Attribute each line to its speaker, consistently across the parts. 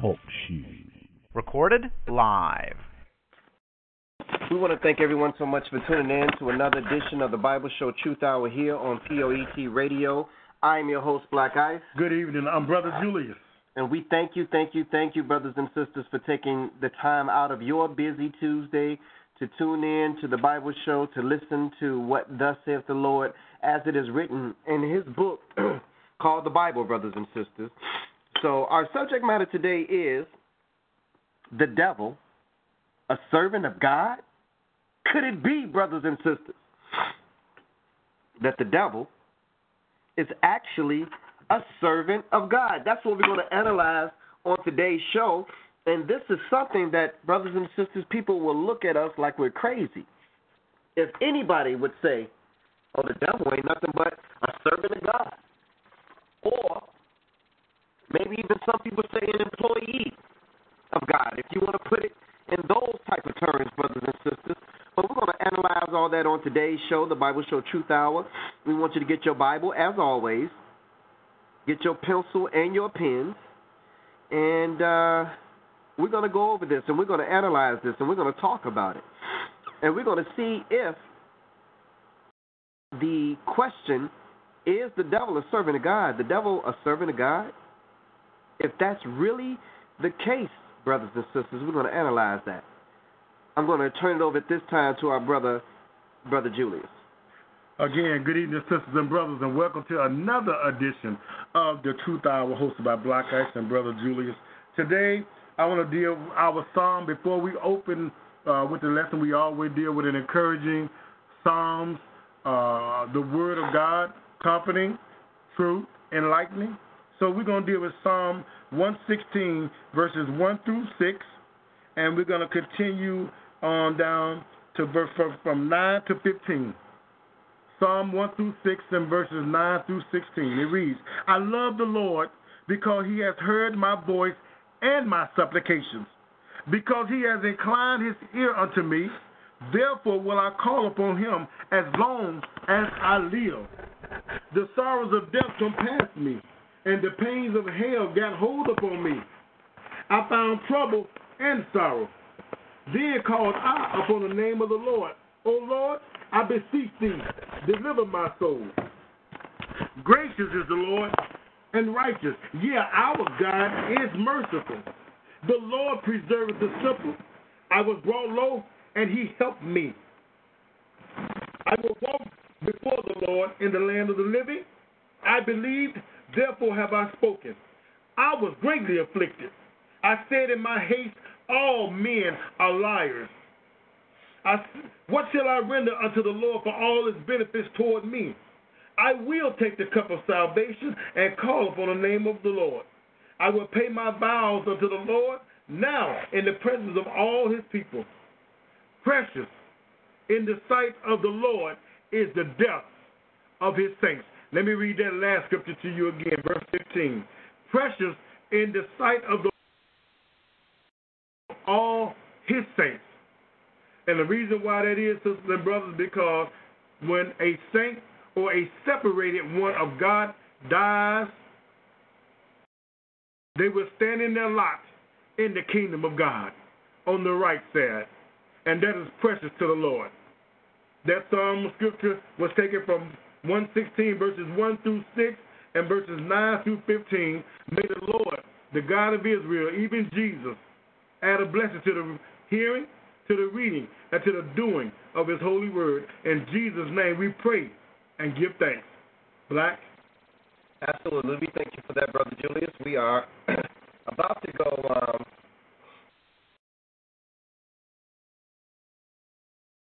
Speaker 1: Talk Shoes.
Speaker 2: Recorded live.
Speaker 3: We want to thank everyone so much for tuning in to another edition of the Bible Show Truth Hour here on POET Radio. I am your host, Black Ice,
Speaker 4: Good evening. I'm Brother Julius.
Speaker 3: and we thank you, thank you, thank you, brothers and sisters, for taking the time out of your busy Tuesday to tune in to the Bible Show, to listen to what thus saith the Lord as it is written in his book called the Bible, brothers and sisters. So, our subject matter today is the devil, a servant of God? Could it be, brothers and sisters, that the devil is actually a servant of God? That's what we're going to analyze on today's show. And this is something that, brothers and sisters, people will look at us like we're crazy. If anybody would say, oh, the devil ain't nothing but a servant of God, or maybe even some people say an employee of God, if you want to put it in those type of terms, brothers and sisters. But we're going to analyze all that on today's show, the Bible Show Truth Hour. We want you to get your Bible, as always. Get your pencil and your pens, and uh, we're going to go over this, and we're going to analyze this, and we're going to talk about it, and we're going to see if the question is the devil a servant of God? The devil a servant of God? If that's really the case, brothers and sisters. We're going to analyze that. I'm going to turn it over at this time to our brother, brother Julius.
Speaker 4: Again, good evening, sisters and brothers, and welcome to another edition of the Truth Hour hosted by Black Ice and Brother Julius. Today, I want to deal our psalm before we open uh, with the lesson. We always deal with an encouraging psalms, uh, the Word of God, comforting, truth, enlightening. So we're going to deal with Psalm 116, verses 1 through 6, and we're going to continue on down to verse from, from 9 to 15. Psalm 1 through 6 and verses 9 through 16. It reads, I love the Lord because he has heard my voice and my supplications, because he has inclined his ear unto me. Therefore will I call upon him as long as I live. The sorrows of death compassed me, and the pains of hell got hold upon me. I found trouble and sorrow. Then called I upon the name of the Lord. O Lord, I beseech thee, deliver my soul. Gracious is the Lord and righteous. Yeah, our God is merciful. The Lord preserveth the simple. I was brought low, and he helped me. I will walk before the Lord in the land of the living. I believed, therefore have I spoken. I was greatly afflicted. I said in my haste, All men are liars. I, what shall I render unto the Lord for all his benefits toward me? I will take the cup of salvation and call upon the name of the Lord. I will pay my vows unto the Lord now in the presence of all his people. Precious in the sight of the Lord is the death of his saints. Let me read that last scripture to you again, verse 15. Precious in the sight of the all his saints. And the reason why that is, sisters and brothers, because when a saint or a separated one of God dies, they will stand in their lot in the kingdom of God on the right side. And that is precious to the Lord. That psalm of scripture was taken from 116, verses 1 through 6, and verses 9 through 15. May the Lord, the God of Israel, even Jesus, add a blessing to the hearing, to the reading, and to the doing of his holy word. In Jesus' name we pray and give thanks. Black.
Speaker 3: Absolutely. We thank you for that, Brother Julius. We are about to go. Um,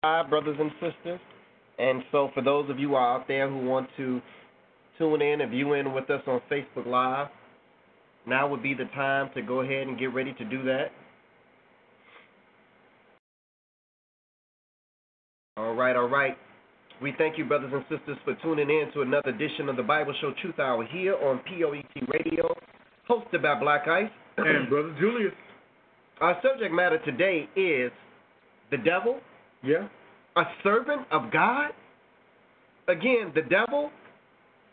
Speaker 3: live, brothers and sisters. And so, for those of you out there who want to tune in and view in with us on Facebook Live, now would be the time to go ahead and get ready to do that. All right, all right. We thank you, brothers and sisters, for tuning in to another edition of the Bible Show Truth Hour here on POET Radio, hosted by Black Ice.
Speaker 4: And Brother Julius.
Speaker 3: Our subject matter today is the devil,
Speaker 4: Yeah.
Speaker 3: a servant of God. Again, the devil,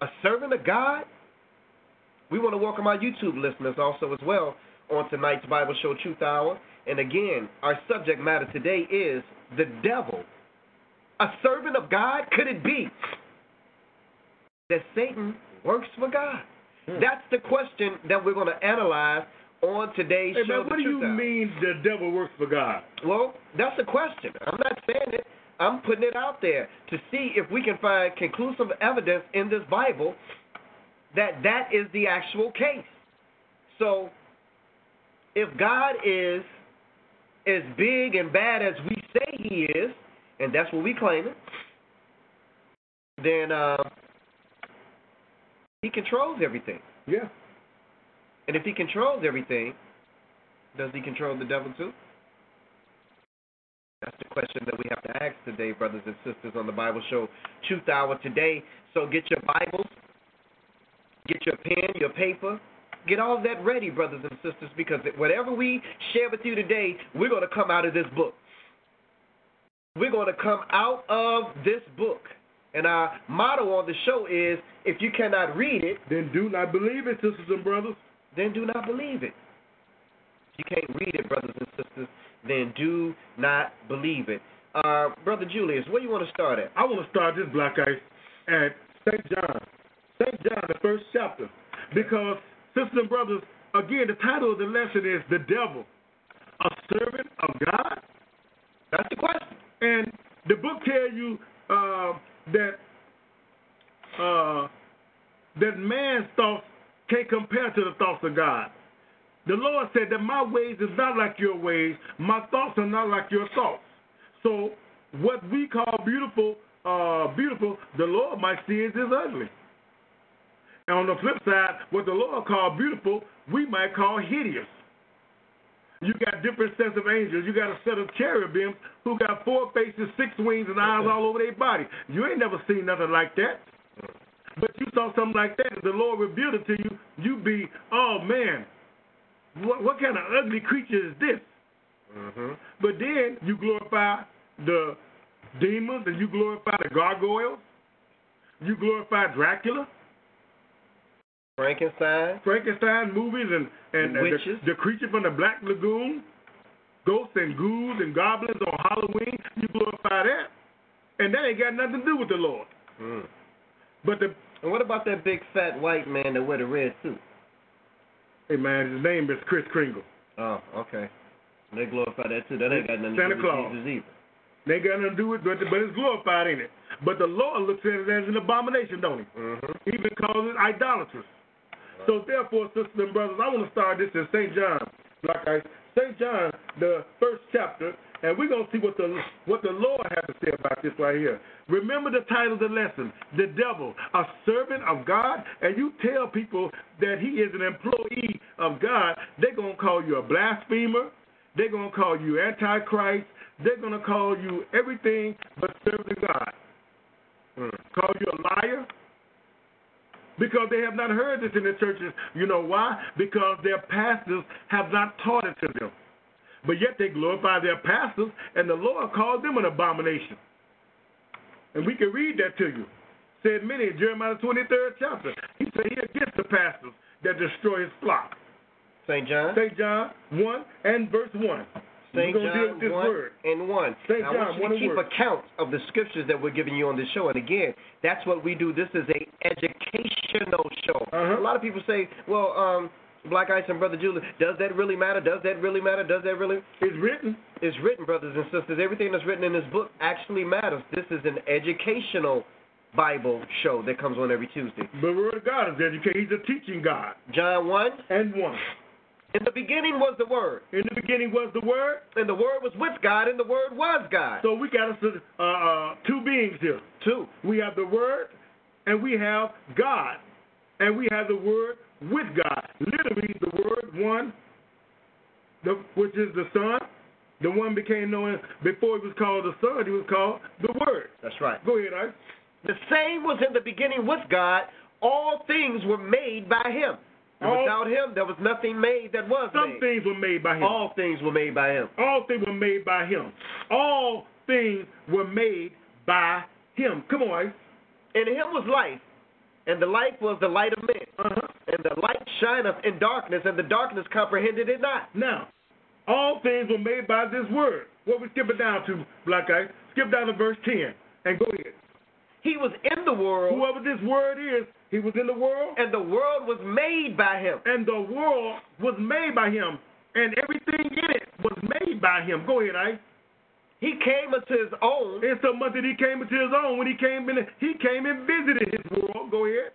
Speaker 3: a servant of God. We want to welcome our YouTube listeners also as well on tonight's Bible Show Truth Hour. And again, our subject matter today is the devil. A servant of God? Could it be that Satan works for God?
Speaker 4: Hmm.
Speaker 3: That's the question that we're going to analyze on today's
Speaker 4: Hey
Speaker 3: show.
Speaker 4: man,
Speaker 3: The
Speaker 4: what do you
Speaker 3: Truth Hour.
Speaker 4: mean the devil works for God?
Speaker 3: Well, that's a question. I'm not saying it. I'm putting it out there to see if we can find conclusive evidence in this Bible that that is the actual case. So, if God is as big and bad as we say He is, and that's what we claim it, then uh, He controls everything.
Speaker 4: Yeah.
Speaker 3: And if He controls everything, does He control the devil too? That's the question that we have to ask today, brothers and sisters, on the Bible Show Truth Hour today. So get your Bibles, get your pen, your paper, get all that ready, brothers and sisters, because whatever we share with you today, we're going to come out of this book. We're going to come out of this book. And our motto on the show is if you cannot read it,
Speaker 4: Then do not believe it, sisters and brothers.
Speaker 3: then do not believe it. If you can't read it, brothers and sisters, then do not believe it. Uh, Brother Julius, where you want to start at?
Speaker 4: I want to start this black ice at St. John, St. John, the first chapter, because sisters and brothers, again, the title of the lesson is "The Devil, a Servant of God."
Speaker 3: That's the question.
Speaker 4: And the book tells you uh, that uh, that man's thoughts can't compare to the thoughts of God. The Lord said that my ways is not like your ways, my thoughts are not like your thoughts. So what we call beautiful, uh, beautiful, the Lord might see as is ugly. And on the flip side, what the Lord called beautiful, we might call hideous. You got different sets of angels. You got a set of cherubims who got four faces, six wings, and eyes all over their body. You ain't never seen nothing like that. But you saw something like that, and the Lord revealed it to you. You be, oh man, what, what kind of ugly creature is this?
Speaker 3: Mm-hmm.
Speaker 4: But then you glorify the demons, and you glorify the gargoyles. You glorify Dracula.
Speaker 3: Frankenstein.
Speaker 4: Frankenstein movies and and, and
Speaker 3: Witches.
Speaker 4: the, the creature from the Black Lagoon, ghosts and ghouls and goblins on Halloween. You glorify that, and that ain't got nothing to do with the Lord.
Speaker 3: Mm.
Speaker 4: But the
Speaker 3: And what about that big fat white man that wear the red suit?
Speaker 4: hey man, his name is Chris Kringle.
Speaker 3: Oh, okay. They glorify that too. That ain't got nothing to
Speaker 4: Santa
Speaker 3: do
Speaker 4: Claus.
Speaker 3: with Jesus either.
Speaker 4: They ain't got nothing to do with, but but it's glorified in it. But the Lord looks at it as an abomination, don't he?
Speaker 3: Mm-hmm.
Speaker 4: even calls it idolatrous. So therefore, sisters and brothers, I want to start this in St. John, like I St. John, the first chapter, and we're gonna see what the what the Lord has to say about this right here. Remember the title of the lesson: the devil, a servant of God, and you tell people that he is an employee of God, they're gonna call you a blasphemer. They're gonna call you antichrist. They're gonna call you everything but servant of God Mm. call you a liar because they have not heard this in the churches. You know why? Because their pastors have not taught it to them. But yet they glorify their pastors, and the Lord called them an abomination. And we can read that to you. Said many in Jeremiah 23rd chapter. He said he against the pastors that destroy his flock.
Speaker 3: St. John.
Speaker 4: St. John 1 and verse 1. We're
Speaker 3: St.
Speaker 4: going to
Speaker 3: John
Speaker 4: deal with this
Speaker 3: 1
Speaker 4: word.
Speaker 3: and 1.
Speaker 4: St.
Speaker 3: Now, I
Speaker 4: John
Speaker 3: want you
Speaker 4: 1
Speaker 3: to
Speaker 4: and
Speaker 3: keep
Speaker 4: word.
Speaker 3: account of the scriptures that we're giving you on this show. And again, that's what we do. This is a educational show.
Speaker 4: Uh-huh.
Speaker 3: A lot of people say, well, um, Black Ice and Brother Julius, does that really matter? Does that really matter? Does that really?
Speaker 4: It's written.
Speaker 3: It's written, brothers and sisters. Everything that's written in this book actually matters. This is an educational Bible show that comes on every Tuesday.
Speaker 4: The word of God is educated. He's a teaching God.
Speaker 3: John 1
Speaker 4: And 1.
Speaker 3: In the beginning was the Word,
Speaker 4: In the beginning was the Word,
Speaker 3: and the Word was with God, and the Word was God.
Speaker 4: So we got us uh, uh, two beings here.
Speaker 3: Two.
Speaker 4: We have the Word, and we have God, and we have the Word with God. Literally, the Word one, the, which is the Son. The one became known before he was called the Son. He was called the Word.
Speaker 3: That's right.
Speaker 4: Go ahead, Ice.
Speaker 3: The same was in the beginning with God. All things were made by Him. And
Speaker 4: All-
Speaker 3: without Him, there was nothing made that was
Speaker 4: Some
Speaker 3: made.
Speaker 4: things were made by him.
Speaker 3: All things were made by Him.
Speaker 4: All things were made by him. All things were made by him. Come on, Ice.
Speaker 3: In Him was life, and the life was the light of men.
Speaker 4: Uh-huh.
Speaker 3: And the the light shineth in darkness, and the darkness comprehended it not.
Speaker 4: Now, all things were made by this word. What we skip it down to, Black Ice? Skip down to verse 10 and go ahead.
Speaker 3: He was in the world,
Speaker 4: Whoever this word is, he was in the world,
Speaker 3: and the world was made by him.
Speaker 4: and the world was made by him, and everything in it was made by him. Go ahead, Ice.
Speaker 3: He came unto his own,
Speaker 4: And so much that he came into his own when he came in, he came and visited his world. Go ahead.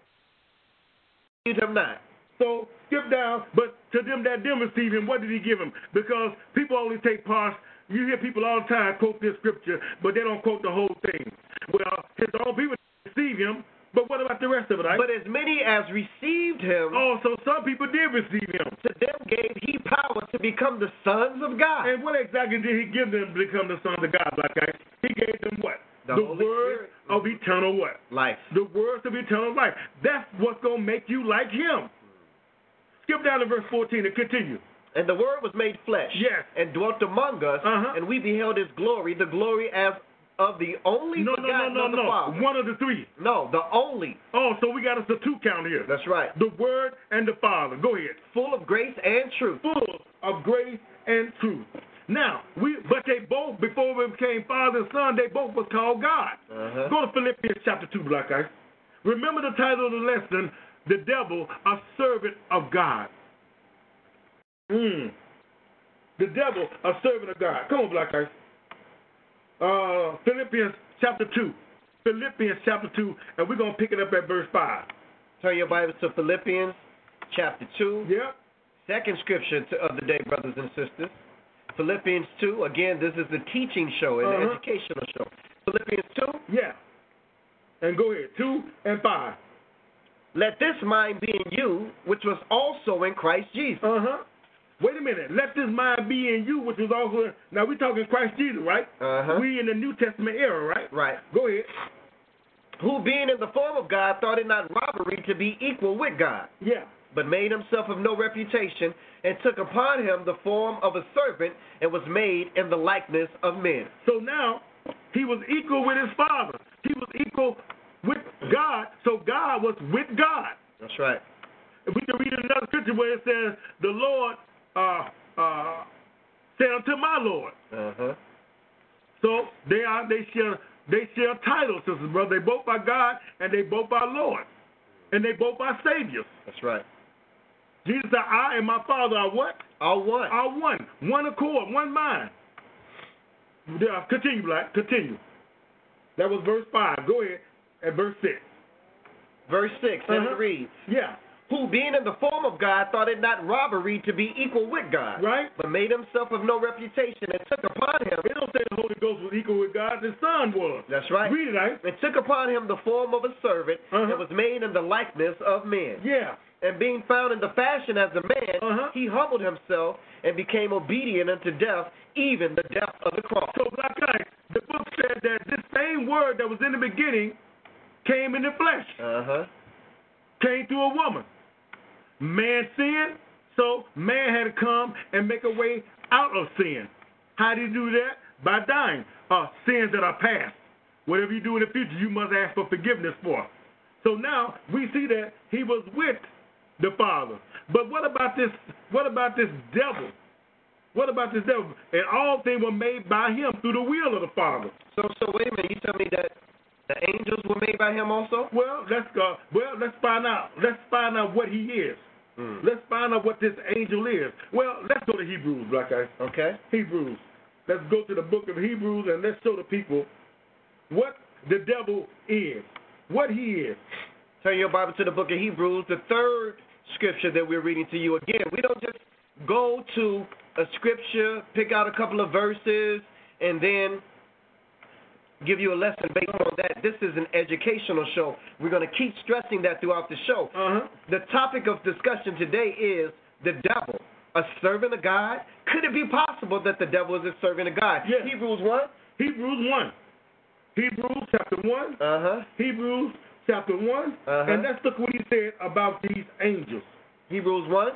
Speaker 3: and him not.
Speaker 4: So skip down, but to them that didn't receive him, what did he give them? Because people always take parts. You hear people all the time quote this scripture, but they don't quote the whole thing. Well, his own people didn't receive him, but what about the rest of it? Right?
Speaker 3: But as many as received him,
Speaker 4: also, some people did receive him.
Speaker 3: to them gave he power to become the sons of God.
Speaker 4: And what exactly did he give them to become the sons of God, black guys? He gave them what?
Speaker 3: The Holy
Speaker 4: word
Speaker 3: Spirit.
Speaker 4: of eternal what?
Speaker 3: Life.
Speaker 4: The words of eternal life. That's what's going to make you like him. Skip down to verse 14 and continue.
Speaker 3: And the word was made flesh
Speaker 4: Yes.
Speaker 3: and dwelt among us,
Speaker 4: Uh-huh.
Speaker 3: and we beheld his glory, the glory as of the only
Speaker 4: No, no, no,
Speaker 3: begotten
Speaker 4: no,
Speaker 3: of the
Speaker 4: no.
Speaker 3: Father.
Speaker 4: One of the three.
Speaker 3: No, the only.
Speaker 4: Oh, so we got us a two count here.
Speaker 3: That's right.
Speaker 4: The Word and the Father. Go ahead.
Speaker 3: Full of grace and truth.
Speaker 4: Full of grace and truth. Now, we but they both, before we became father and son, they both were called God.
Speaker 3: Uh-huh.
Speaker 4: Go to Philippians chapter 2, Black Ice. Remember the title of the lesson, The Devil, a Servant of God. Mm. The Devil, a Servant of God. Come on, Black Ice. Uh, Philippians chapter 2. Philippians chapter 2, and we're going to pick it up at verse 5.
Speaker 3: Turn your Bibles to Philippians chapter 2.
Speaker 4: Yep.
Speaker 3: Second scripture to- of the day, brothers and sisters. Philippians 2. Again, this is the teaching show and
Speaker 4: Uh-huh.
Speaker 3: the educational show. Philippians 2.
Speaker 4: Yeah. And go ahead. Two and five.
Speaker 3: Let this mind be in you, which was also in Christ Jesus.
Speaker 4: Uh huh. Wait a minute. Let this mind be in you, which is also now we're talking Christ Jesus, right?
Speaker 3: Uh-huh.
Speaker 4: We in the New Testament era, right?
Speaker 3: Right.
Speaker 4: Go ahead.
Speaker 3: Who being in the form of God thought it not robbery to be equal with God,
Speaker 4: Yeah.
Speaker 3: but made himself of no reputation, and took upon him the form of a servant, and was made in the likeness of men.
Speaker 4: So now he was equal with his father. He was equal with God. So God was with God.
Speaker 3: That's right.
Speaker 4: And we can read another scripture where it says, The Lord uh uh said unto my Lord.
Speaker 3: Uh huh.
Speaker 4: So they are they share they share titles, sisters and brothers. They both are God and they both are Lord. And they both are saviors.
Speaker 3: That's right.
Speaker 4: Jesus said, I and my Father are what?
Speaker 3: All one.
Speaker 4: Are one. One accord, one mind. Yeah, continue, Black. Continue. That was verse five. Go ahead. At verse six.
Speaker 3: Verse 6, and
Speaker 4: Uh-huh.
Speaker 3: it reads
Speaker 4: Yeah.
Speaker 3: Who being in the form of God thought it not robbery to be equal with God,
Speaker 4: Right?
Speaker 3: but made himself of no reputation, and took upon him.
Speaker 4: They don't say the Holy Ghost was equal with God, the Son was.
Speaker 3: That's right.
Speaker 4: Read it, right?
Speaker 3: And took upon him the form of a servant,
Speaker 4: Uh-huh.
Speaker 3: and was made in the likeness of men.
Speaker 4: Yeah.
Speaker 3: and being found in the fashion as a man,
Speaker 4: Uh-huh.
Speaker 3: he humbled himself and became obedient unto death, even the death of the cross.
Speaker 4: So, Black Eyes, the book said that this same word that was in the beginning came in the flesh.
Speaker 3: Uh-huh.
Speaker 4: came through a woman. Man sinned, so man had to come and make a way out of sin. How do you do that? By dying. Uh, sins that are past. Whatever you do in the future, you must ask for forgiveness for. So now we see that he was with the Father. But what about this? What about this devil? What about this devil? And all things were made by him through the will of the Father.
Speaker 3: So so wait a minute, you tell me that the angels were made by him also?
Speaker 4: Well, let's go. Well, let's find out. Let's find out what he is.
Speaker 3: Mm.
Speaker 4: Let's find out what this angel is. Well, let's go to Hebrews, Black Eye.
Speaker 3: Okay.
Speaker 4: Hebrews. Let's go to the book of Hebrews and let's show the people what the devil is, what he is.
Speaker 3: Turn your Bible to the book of Hebrews, the third scripture that we're reading to you again. We don't just go to a scripture, pick out a couple of verses, and then give you a lesson based on that. This is an educational show. We're going to keep stressing that throughout the show.
Speaker 4: Uh huh.
Speaker 3: The topic of discussion today is the devil, a servant of God. Could it be possible that the devil is a servant of God?
Speaker 4: Yes.
Speaker 3: Hebrews 1?
Speaker 4: Hebrews one. Hebrews chapter one.
Speaker 3: Uh huh.
Speaker 4: Hebrews chapter one.
Speaker 3: Uh-huh.
Speaker 4: And let's look what he said about these angels.
Speaker 3: Hebrews 1.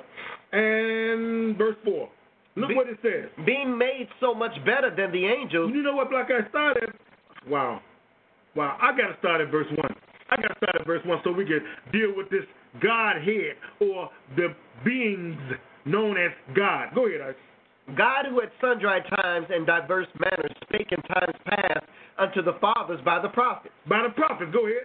Speaker 4: And verse four. Look
Speaker 3: Be-
Speaker 4: what it says.
Speaker 3: Being made so much better than the angels.
Speaker 4: You know what, Black Guy started? Wow. Wow. I got to start at verse 1. I got to start at verse 1 so we can deal with this Godhead or the beings known as God. Go ahead, Ice.
Speaker 3: God, who at sundry times and diverse manners spake in times past unto the fathers by the prophets,
Speaker 4: By the prophets, go ahead.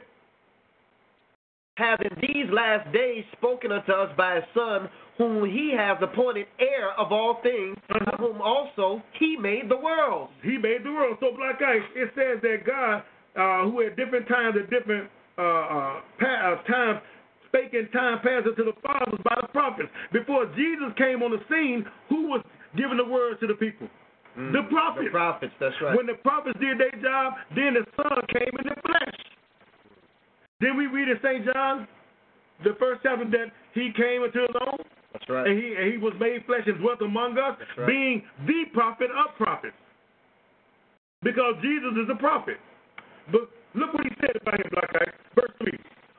Speaker 3: hath in these last days spoken unto us by his Son, whom he hath appointed heir of all things, of whom also he made the worlds.
Speaker 4: He made the world. So, Black Ice, it says that God, uh, who at different times, at different uh, uh, pa- uh, times, spake in time past unto the fathers by the prophets. Before Jesus came on the scene, who was giving the word to the people? Mm. the prophets.
Speaker 3: The prophets, that's right.
Speaker 4: When the prophets did their job, then the Son came in the flesh. Then we read in St. John, the first chapter, that he came into his own,
Speaker 3: that's right.
Speaker 4: and he, and he was made flesh and dwelt among us,
Speaker 3: That's right.
Speaker 4: being the prophet of prophets. Because Jesus is a prophet. But look what he said about him, Black Eyes, verse 3,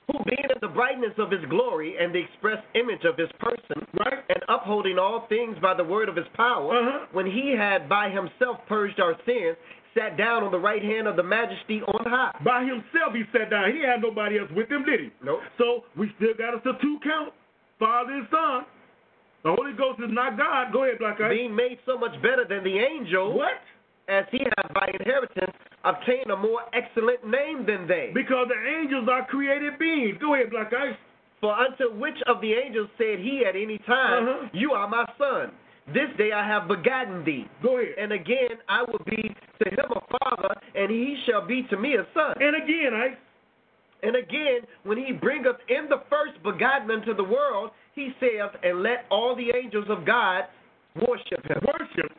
Speaker 3: who being in the brightness of his glory and the express image of his person,
Speaker 4: right?
Speaker 3: and upholding all things by the word of his power,
Speaker 4: Uh-huh.
Speaker 3: when he had by himself purged our sins, sat down on the right hand of the majesty on high.
Speaker 4: By himself he sat down. He had nobody else with him, did he?
Speaker 3: Nope.
Speaker 4: So we still got us a two count, Father and Son. The Holy Ghost is not God. Go ahead, Black Eyes.
Speaker 3: Being made so much better than the angels,
Speaker 4: What?
Speaker 3: as he had by inheritance obtained a more excellent name than they.
Speaker 4: Because the angels are created beings. Go ahead, Black Ice.
Speaker 3: For unto which of the angels said he at any time,
Speaker 4: Uh-huh.
Speaker 3: You are my son, this day I have begotten thee.
Speaker 4: Go ahead.
Speaker 3: And again I will be to him a father, and he shall be to me a son.
Speaker 4: And again, Ice.
Speaker 3: And again, when he bringeth in the first begotten into the world, he saith, And let all the angels of God worship him.
Speaker 4: Worship.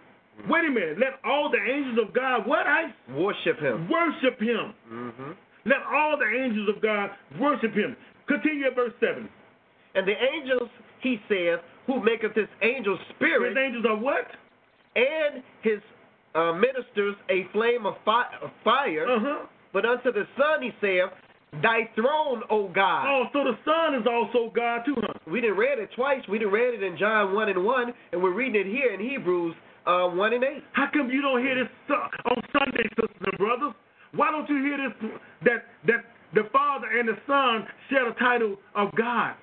Speaker 4: Wait a minute. Let all the angels of God, what Ice?
Speaker 3: Worship him.
Speaker 4: Worship him.
Speaker 3: Mm-hmm.
Speaker 4: Let all the angels of God worship him. Continue at verse 7.
Speaker 3: And the angels, he saith, who maketh his angels
Speaker 4: His
Speaker 3: spirit
Speaker 4: angels are what?
Speaker 3: and his uh, ministers a flame of, fi- of fire.
Speaker 4: Uh huh.
Speaker 3: But unto the Son, he saith, Thy throne, O God.
Speaker 4: Oh, so the Son is also God, too, huh?
Speaker 3: We didn't read it twice. We didn't read it in John 1 and 1, and we're reading it here in Hebrews uh, 1 and 8.
Speaker 4: How come you don't hear this su- on Sunday, sisters and brothers? Why don't you hear this that that the Father and the Son share the title of God?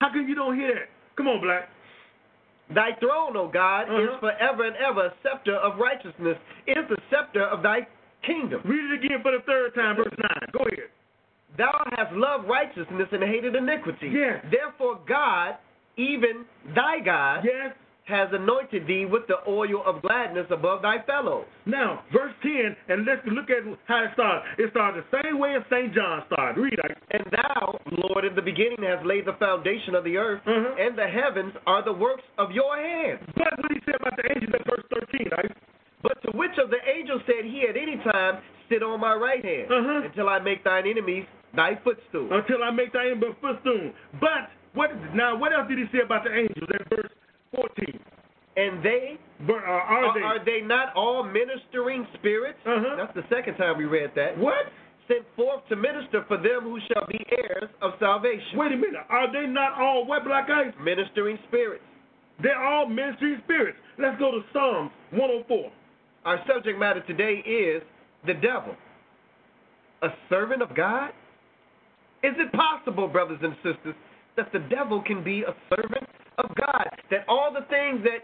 Speaker 4: How come you don't hear that? Come on, Black.
Speaker 3: Thy throne, O God,
Speaker 4: Uh-huh.
Speaker 3: is forever and ever. A scepter of righteousness is the scepter of thy kingdom.
Speaker 4: Read it again for the third time, verse nine. Go ahead.
Speaker 3: Thou hast loved righteousness and hated iniquity.
Speaker 4: Yes.
Speaker 3: Therefore, God, even thy God,
Speaker 4: Yes.
Speaker 3: has anointed thee with the oil of gladness above thy fellows.
Speaker 4: Now, verse ten, and let's look at how it starts. It starts the same way as Saint John started. Read it.
Speaker 3: And thou, Lord, in the beginning hast laid the foundation of the earth,
Speaker 4: Uh-huh.
Speaker 3: and the heavens are the works of your hands.
Speaker 4: But what he said about the angels at verse thirteen, right?
Speaker 3: But to which of the angels said he at any time, Sit on my right hand,
Speaker 4: Uh-huh.
Speaker 3: until I make thine enemies thy footstool?
Speaker 4: until I make thy ember footstool. But what now? What else did he say about the angels at verse fourteen?
Speaker 3: And they
Speaker 4: Ver, uh, are,
Speaker 3: Are,
Speaker 4: they?
Speaker 3: are they not all ministering spirits?
Speaker 4: Uh-huh.
Speaker 3: That's the second time we read that.
Speaker 4: what?
Speaker 3: Sent forth to minister for them who shall be heirs of salvation.
Speaker 4: Wait a minute. Are they not all what black eyes?
Speaker 3: Ministering spirits.
Speaker 4: They're all ministry spirits. Let's go to Psalms 104.
Speaker 3: Our subject matter today is the devil. A servant of God? Is it possible, brothers and sisters, that the devil can be a servant of God? That all the things that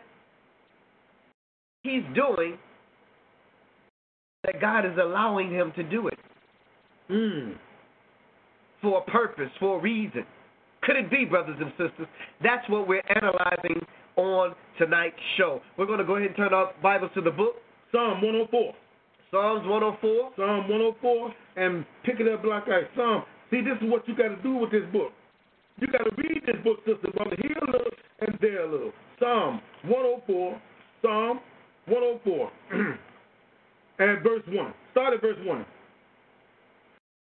Speaker 3: he's doing, that God is allowing him to do it.
Speaker 4: Mm.
Speaker 3: for a purpose, for a reason. Could it be, brothers and sisters? That's what we're analyzing on tonight's show. We're going to go ahead and turn our Bibles to the book,
Speaker 4: Psalm 104.
Speaker 3: Psalms 104.
Speaker 4: Psalm 104 and pick it up black eyes. Psalm. See, this is what you got to do with this book. You got to read this book, sister, brother. Here a little and there a little. Psalm 104. Psalm 104 and verse one. Start at verse one.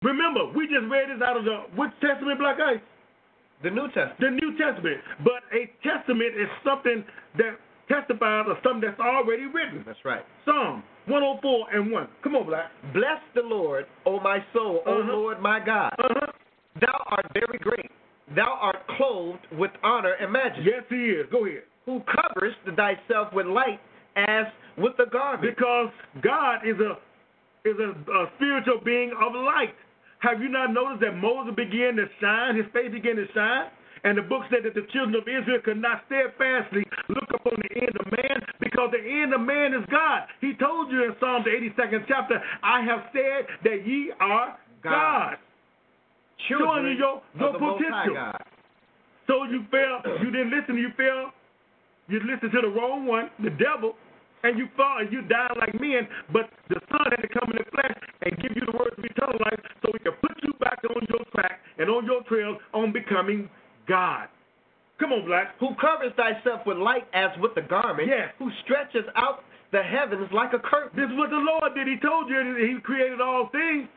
Speaker 4: Remember, we just read this out of the which testament, black eyes?
Speaker 3: The New Testament.
Speaker 4: The New Testament. But a testament is something that testifies of something that's already written.
Speaker 3: That's right.
Speaker 4: Psalm 104 and one. Come on, black.
Speaker 3: Bless the Lord, O my soul, O
Speaker 4: Uh-huh.
Speaker 3: Lord my God.
Speaker 4: Uh huh.
Speaker 3: Thou art very great. Thou art clothed with honor and majesty,
Speaker 4: Yes, he is. Go ahead.
Speaker 3: who coverest thyself with light as with a garment.
Speaker 4: Because God is a is a, a spiritual being of light. Have you not noticed that Moses began to shine, his face began to shine? And the book said that the children of Israel could not steadfastly look upon the end of man because the end of man is God. He told you in Psalm the 82nd chapter, I have said that ye are
Speaker 3: God.
Speaker 4: God. Showing
Speaker 3: Children
Speaker 4: you your,
Speaker 3: of
Speaker 4: your
Speaker 3: the Most High
Speaker 4: potential.
Speaker 3: God.
Speaker 4: So you fell, you didn't listen, you fell, you listened to the wrong one, the devil, and you fall and you died like men, but the Son had to come in the flesh and give you the words of eternal life so he can put you back on your track and on your trail on becoming God. Come on, Black.
Speaker 3: Who covers thyself with light as with the garment.
Speaker 4: Yes.
Speaker 3: Who stretches out the heavens like a curtain.
Speaker 4: This is what the Lord did. He told you that he created all things,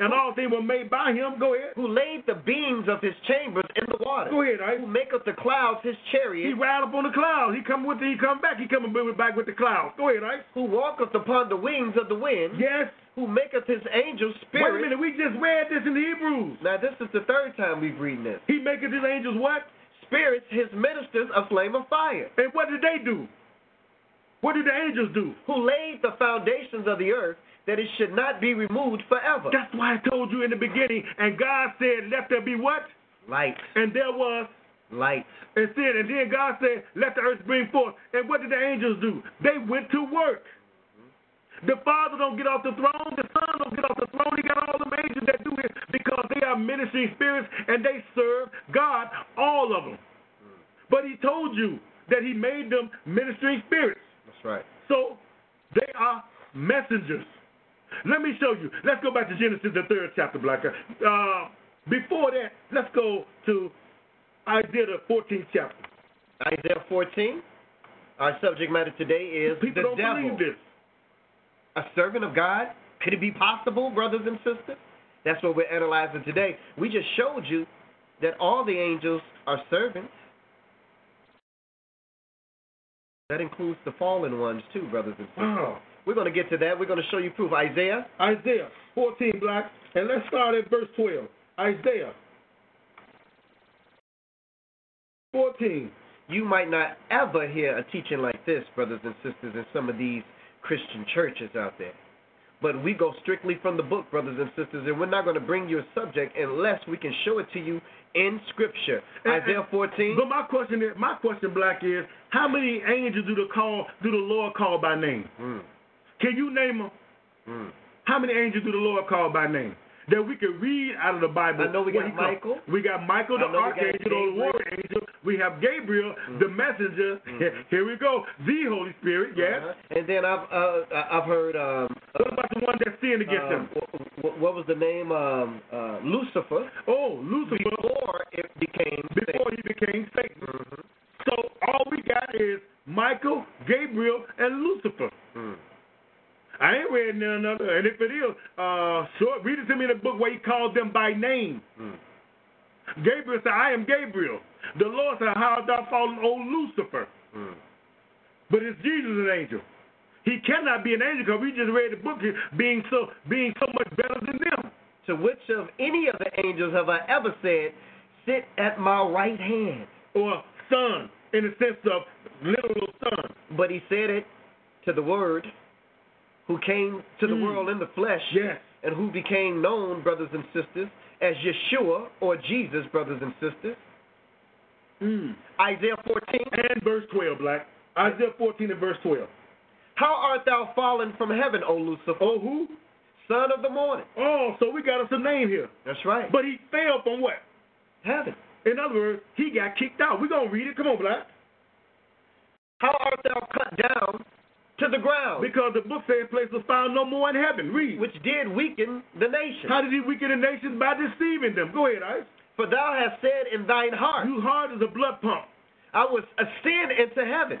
Speaker 4: and all things were made by him. Go ahead.
Speaker 3: Who laid the beams of his chambers in the water.
Speaker 4: Go ahead, Ike.
Speaker 3: Who maketh the clouds his
Speaker 4: He
Speaker 3: chariot.
Speaker 4: ride up on the clouds. He come with the, he come back. He coming back with the clouds. Go ahead, right?
Speaker 3: Who walketh upon the wings of the wind.
Speaker 4: Yes.
Speaker 3: Who maketh his angels
Speaker 4: Wait a
Speaker 3: spirits.
Speaker 4: minute. We just read this in Hebrews.
Speaker 3: Now this is the third time we've reading this.
Speaker 4: He maketh his angels what?
Speaker 3: Spirits, his ministers, a flame of fire.
Speaker 4: And what did they do? What did the angels do?
Speaker 3: Who laid the foundations of the earth that it should not be removed forever.
Speaker 4: That's why I told you in the beginning. And God said, "Let there be what?"
Speaker 3: Light,
Speaker 4: And there was
Speaker 3: light.
Speaker 4: and sin. And then God said, Let the earth bring forth. And what did the angels do? They went to work. The Father don't get off the throne. The Son don't get off the throne. He got all the angels that do it because they are ministering spirits and they serve God, all of them. But He told you that He made them ministering spirits.
Speaker 3: That's right.
Speaker 4: So they are messengers. Let me show you. Let's go back to Genesis, the third chapter, Blacker. Uh, before that, let's go to Isaiah, the 14th chapter.
Speaker 3: Isaiah 14. Our subject matter today is the
Speaker 4: People don't
Speaker 3: devil.
Speaker 4: believe this.
Speaker 3: A servant of God? Could it be possible, brothers and sisters? That's what we're analyzing today. We just showed you that all the angels are servants. That includes the fallen ones too, brothers and sisters.
Speaker 4: Wow.
Speaker 3: We're going to get to that. We're going to show you proof. Isaiah
Speaker 4: Uh, Isaiah 14, Black. And let's start at verse 12. Isaiah 14.
Speaker 3: you might not ever hear a teaching like this, brothers and sisters, in some of these Christian churches out there. But we go strictly from the book, brothers and sisters, and we're not going to bring you a subject unless we can show it to you in Scripture.
Speaker 4: And-
Speaker 3: Isaiah 14.
Speaker 4: But my question is, my question, Black, is how many angels do the call do the Lord call by name?
Speaker 3: Mm,
Speaker 4: Can you name them?
Speaker 3: mm.
Speaker 4: How many angels do the Lord call by name? That we can read out of the Bible.
Speaker 3: I know we
Speaker 4: what
Speaker 3: got
Speaker 4: he
Speaker 3: Michael.
Speaker 4: called- We got Michael, the
Speaker 3: I know we got
Speaker 4: archangel, the
Speaker 3: Gabriel. Mm-hmm.
Speaker 4: war angel. We have Gabriel, the messenger. Here we go. The Holy Spirit, yes.
Speaker 3: Uh-huh. And then I've uh, I've heard um,
Speaker 4: What about the one that sinned
Speaker 3: um,
Speaker 4: against him?
Speaker 3: wh- wh- what, was the name um, uh, Lucifer
Speaker 4: Oh, Lucifer,
Speaker 3: before it became
Speaker 4: before he became Satan.
Speaker 3: Mhm.
Speaker 4: So all we got is Michael, Gabriel, and Lucifer.
Speaker 3: Mm.
Speaker 4: I ain't read none other. And if it is, uh, short, read it to me in the book where he calls them by name.
Speaker 3: Mm.
Speaker 4: Gabriel said, I am Gabriel. The Lord said, How art thou fallen, O Lucifer?
Speaker 3: Mm.
Speaker 4: But is Jesus an angel? He cannot be an angel because we just read the book here, being so being so much better than them.
Speaker 3: To which of any of the angels have I ever said, Sit at my right hand?
Speaker 4: Or son, in the sense of literal son.
Speaker 3: But he said it to the Word, who came to the
Speaker 4: Mm.
Speaker 3: world in the flesh,
Speaker 4: Yes.
Speaker 3: and who became known, brothers and sisters, as Yeshua or Jesus, brothers and sisters.
Speaker 4: Mm.
Speaker 3: Isaiah 14.
Speaker 4: And verse 12, Black. Isaiah 14 and verse 12.
Speaker 3: How art thou fallen from heaven, O Lucifer,
Speaker 4: Oh, who?
Speaker 3: son of the morning?
Speaker 4: Oh, so we got us a name here.
Speaker 3: That's right.
Speaker 4: But he fell from what?
Speaker 3: heaven.
Speaker 4: In other words, he got kicked out. We're going to read it. Come on, Black.
Speaker 3: How art thou cut down to the ground,
Speaker 4: Because the book said place was found no more in heaven. Read.
Speaker 3: which did weaken the nation?
Speaker 4: How did he weaken the nations? By deceiving them. Go ahead, Ice.
Speaker 3: For thou hast said in thine heart,
Speaker 4: You hard as a blood pump.
Speaker 3: I will ascend into heaven.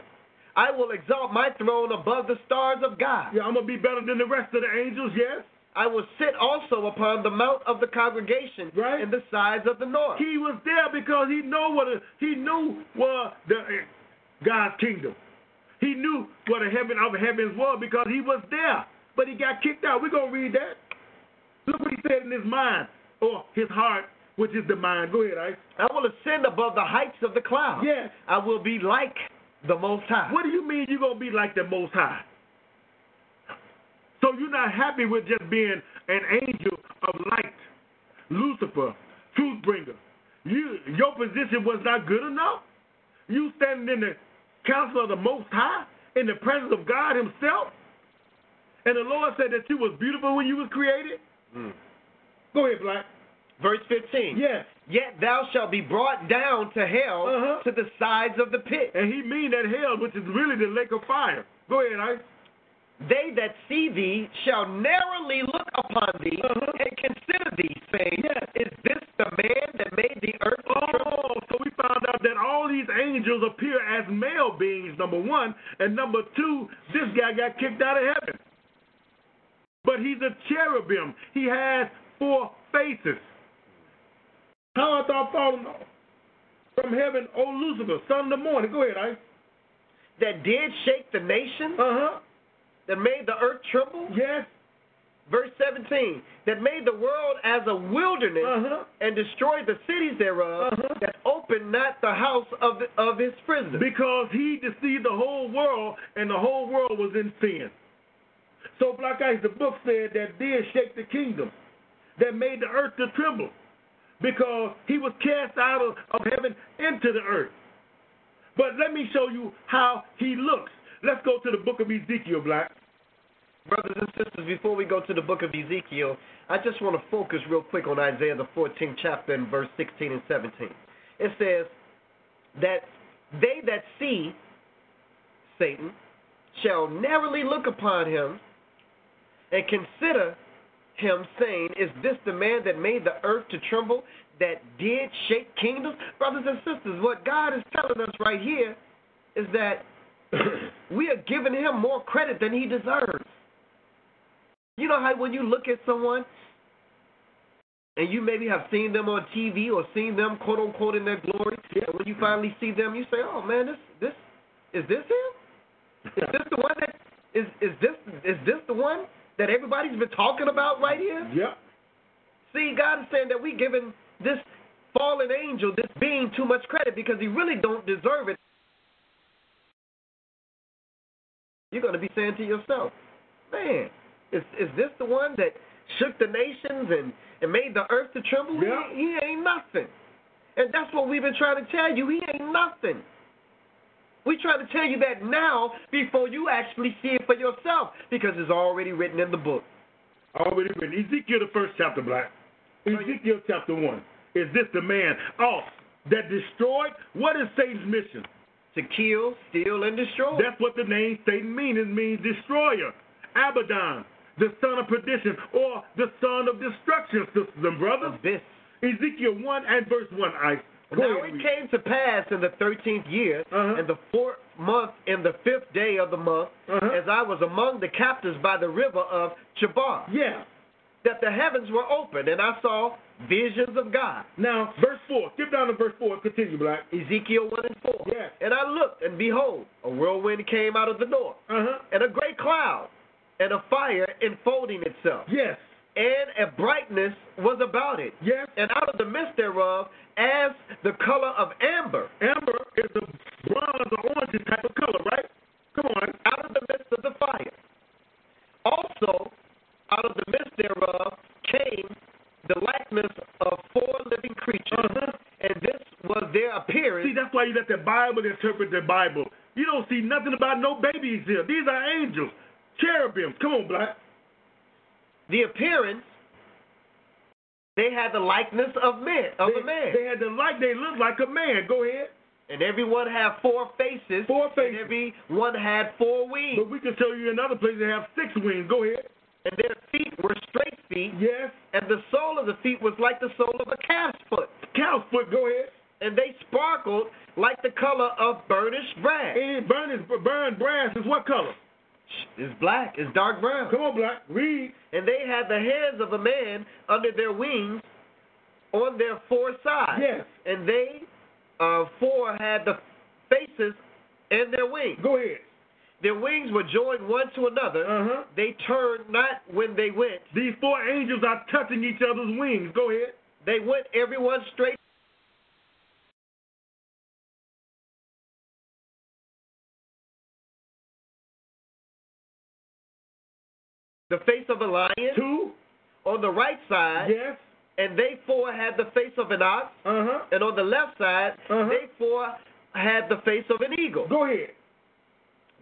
Speaker 3: I will exalt my throne above the stars of God.
Speaker 4: Yeah, I'm going to be better than the rest of the angels, yes?
Speaker 3: I will sit also upon the mount of the congregation
Speaker 4: Right.
Speaker 3: in the sides of the north.
Speaker 4: He was there because he know what a, he knew what the God's kingdom. He knew what the heaven of heavens was because he was there. But he got kicked out. We're gonna read that. Look what he said in his mind or his heart, which is the mind. Go ahead, Ike.
Speaker 3: I will ascend above the heights of the clouds.
Speaker 4: Yes.
Speaker 3: I will be like the Most High.
Speaker 4: What do you mean you're gonna be like the Most High? So you're not happy with just being an angel of light. Lucifer, truth bringer. You, your position was not good enough. You standing in the council of the Most High, in the presence of God Himself, and the Lord said that you was beautiful when you was created.
Speaker 3: Mm.
Speaker 4: Go ahead, Black.
Speaker 3: Verse 15.
Speaker 4: Yes.
Speaker 3: Yet thou shalt be brought down to hell
Speaker 4: Uh-huh.
Speaker 3: to the sides of the pit.
Speaker 4: And he mean that hell, which is really the lake of fire. Go ahead, Ice.
Speaker 3: They that see thee shall narrowly look upon thee
Speaker 4: Uh-huh.
Speaker 3: and consider thee, saying,
Speaker 4: Yes.
Speaker 3: Is this the man that made the earth? and tremble?"
Speaker 4: Oh, so we found out that all these angels appear as male beings, number one, and number two, this guy got kicked out of heaven. But he's a cherubim. He has four faces. How art thou fallen from heaven, O Lucifer, son of the morning? Go ahead, Ice.
Speaker 3: That did shake the nation,
Speaker 4: Uh huh.
Speaker 3: that made the earth tremble?
Speaker 4: Yes.
Speaker 3: Verse 17. That made the world as a wilderness
Speaker 4: Uh huh.
Speaker 3: and destroyed the cities thereof,
Speaker 4: Uh-huh.
Speaker 3: that opened not the house of, the, of his prisoners.
Speaker 4: Because he deceived the whole world, and the whole world was in sin. So, Black Ice, the book said that did shake the kingdom, that made the earth to tremble, because he was cast out of, of heaven into the earth. But let me show you how he looks. Let's go to the book of Ezekiel, Black.
Speaker 3: Brothers and sisters, before we go to the book of Ezekiel, I just want to focus real quick on Isaiah the 14th chapter and verse 16 and 17. It says that they that see Satan shall narrowly look upon him and consider him, saying, Is this the man that made the earth to tremble, that did shake kingdoms? Brothers and sisters, what God is telling us right here is that we are giving him more credit than he deserves. You know how when you look at someone and you maybe have seen them on TV or seen them quote unquote in their glory, and when you finally see them, you say, "Oh man, this this is this him? Is this the one that is is this is this the one that everybody's been talking about right here?"
Speaker 4: Yep.
Speaker 3: See, God is saying that we giving this fallen angel, this being, too much credit because he really don't deserve it. You're going to be saying to yourself, man, is is this the one that shook the nations and, and made the earth to tremble? He-
Speaker 4: Yeah.
Speaker 3: He, ain't nothing. And that's what we've been trying to tell you. He ain't nothing. We trying to tell you that now before you actually see it for yourself because it's already written in the book.
Speaker 4: Already written. Ezekiel, the first chapter, Black. Ezekiel, chapter 1. Is this the man? Oh, that destroyed? What is Satan's mission?
Speaker 3: To kill, steal, and destroy.
Speaker 4: That's what the name Satan means. It means destroyer, Abaddon, the son of perdition, or the son of destruction, sisters and brothers.
Speaker 3: abyss.
Speaker 4: Ezekiel 1 and verse 1. I go
Speaker 3: Now
Speaker 4: ahead,
Speaker 3: it
Speaker 4: read.
Speaker 3: came to pass in the thirteenth year,
Speaker 4: Uh-huh.
Speaker 3: and the fourth month, and the fifth day of the month,
Speaker 4: Uh-huh.
Speaker 3: as I was among the captives by the river of Chabar,
Speaker 4: Yeah.
Speaker 3: that the heavens were opened, and I saw visions of God.
Speaker 4: Now, verse 4. Skip down to verse 4. Continue, Black.
Speaker 3: Ezekiel 1 and 4.
Speaker 4: Yes.
Speaker 3: And I looked, and behold, a whirlwind came out of the north,
Speaker 4: Uh huh.
Speaker 3: and a great cloud, and a fire enfolding itself,
Speaker 4: Yes.
Speaker 3: and a brightness was about it,
Speaker 4: Yes.
Speaker 3: and out of the midst thereof, as the color of amber,
Speaker 4: Amber is a bronze or orange type of color, right? Come on.
Speaker 3: out of the midst of the fire. Also, out of the midst thereof came the likeness of four living creatures,
Speaker 4: Uh-huh.
Speaker 3: and this was their
Speaker 4: See,
Speaker 3: appearance.
Speaker 4: that's why you let the Bible interpret the Bible. You don't see nothing about no babies here. These are angels, cherubims. Come on, Black.
Speaker 3: The appearance they had the likeness of men of
Speaker 4: they,
Speaker 3: a man,
Speaker 4: They had the like they looked like a man. Go ahead.
Speaker 3: and everyone had four faces.
Speaker 4: Four
Speaker 3: and
Speaker 4: faces.
Speaker 3: everyone had four wings,
Speaker 4: But we can show you another place that have six wings. Go ahead.
Speaker 3: and their feet were straight feet,
Speaker 4: Yes.
Speaker 3: and the sole of the feet was like the sole of a calf's foot,
Speaker 4: Cow's foot. Go ahead.
Speaker 3: and they sparkled like the color of burnished brass.
Speaker 4: And burn is burn brass is what color?
Speaker 3: is black, is dark brown.
Speaker 4: Come on, black. Read.
Speaker 3: And they had the hands of a man under their wings on their four sides.
Speaker 4: Yes.
Speaker 3: And they uh, four had the faces and their wings.
Speaker 4: Go ahead.
Speaker 3: Their wings were joined one to another.
Speaker 4: Uh huh.
Speaker 3: They turned not when they went.
Speaker 4: These four angels are touching each other's wings. Go ahead.
Speaker 3: They went everyone straight. The face of a lion
Speaker 4: Two.
Speaker 3: on the right side
Speaker 4: Yes.
Speaker 3: and they four had the face of an ox,
Speaker 4: Uh huh.
Speaker 3: and on the left side,
Speaker 4: Uh-huh.
Speaker 3: they four had the face of an eagle.
Speaker 4: Go ahead.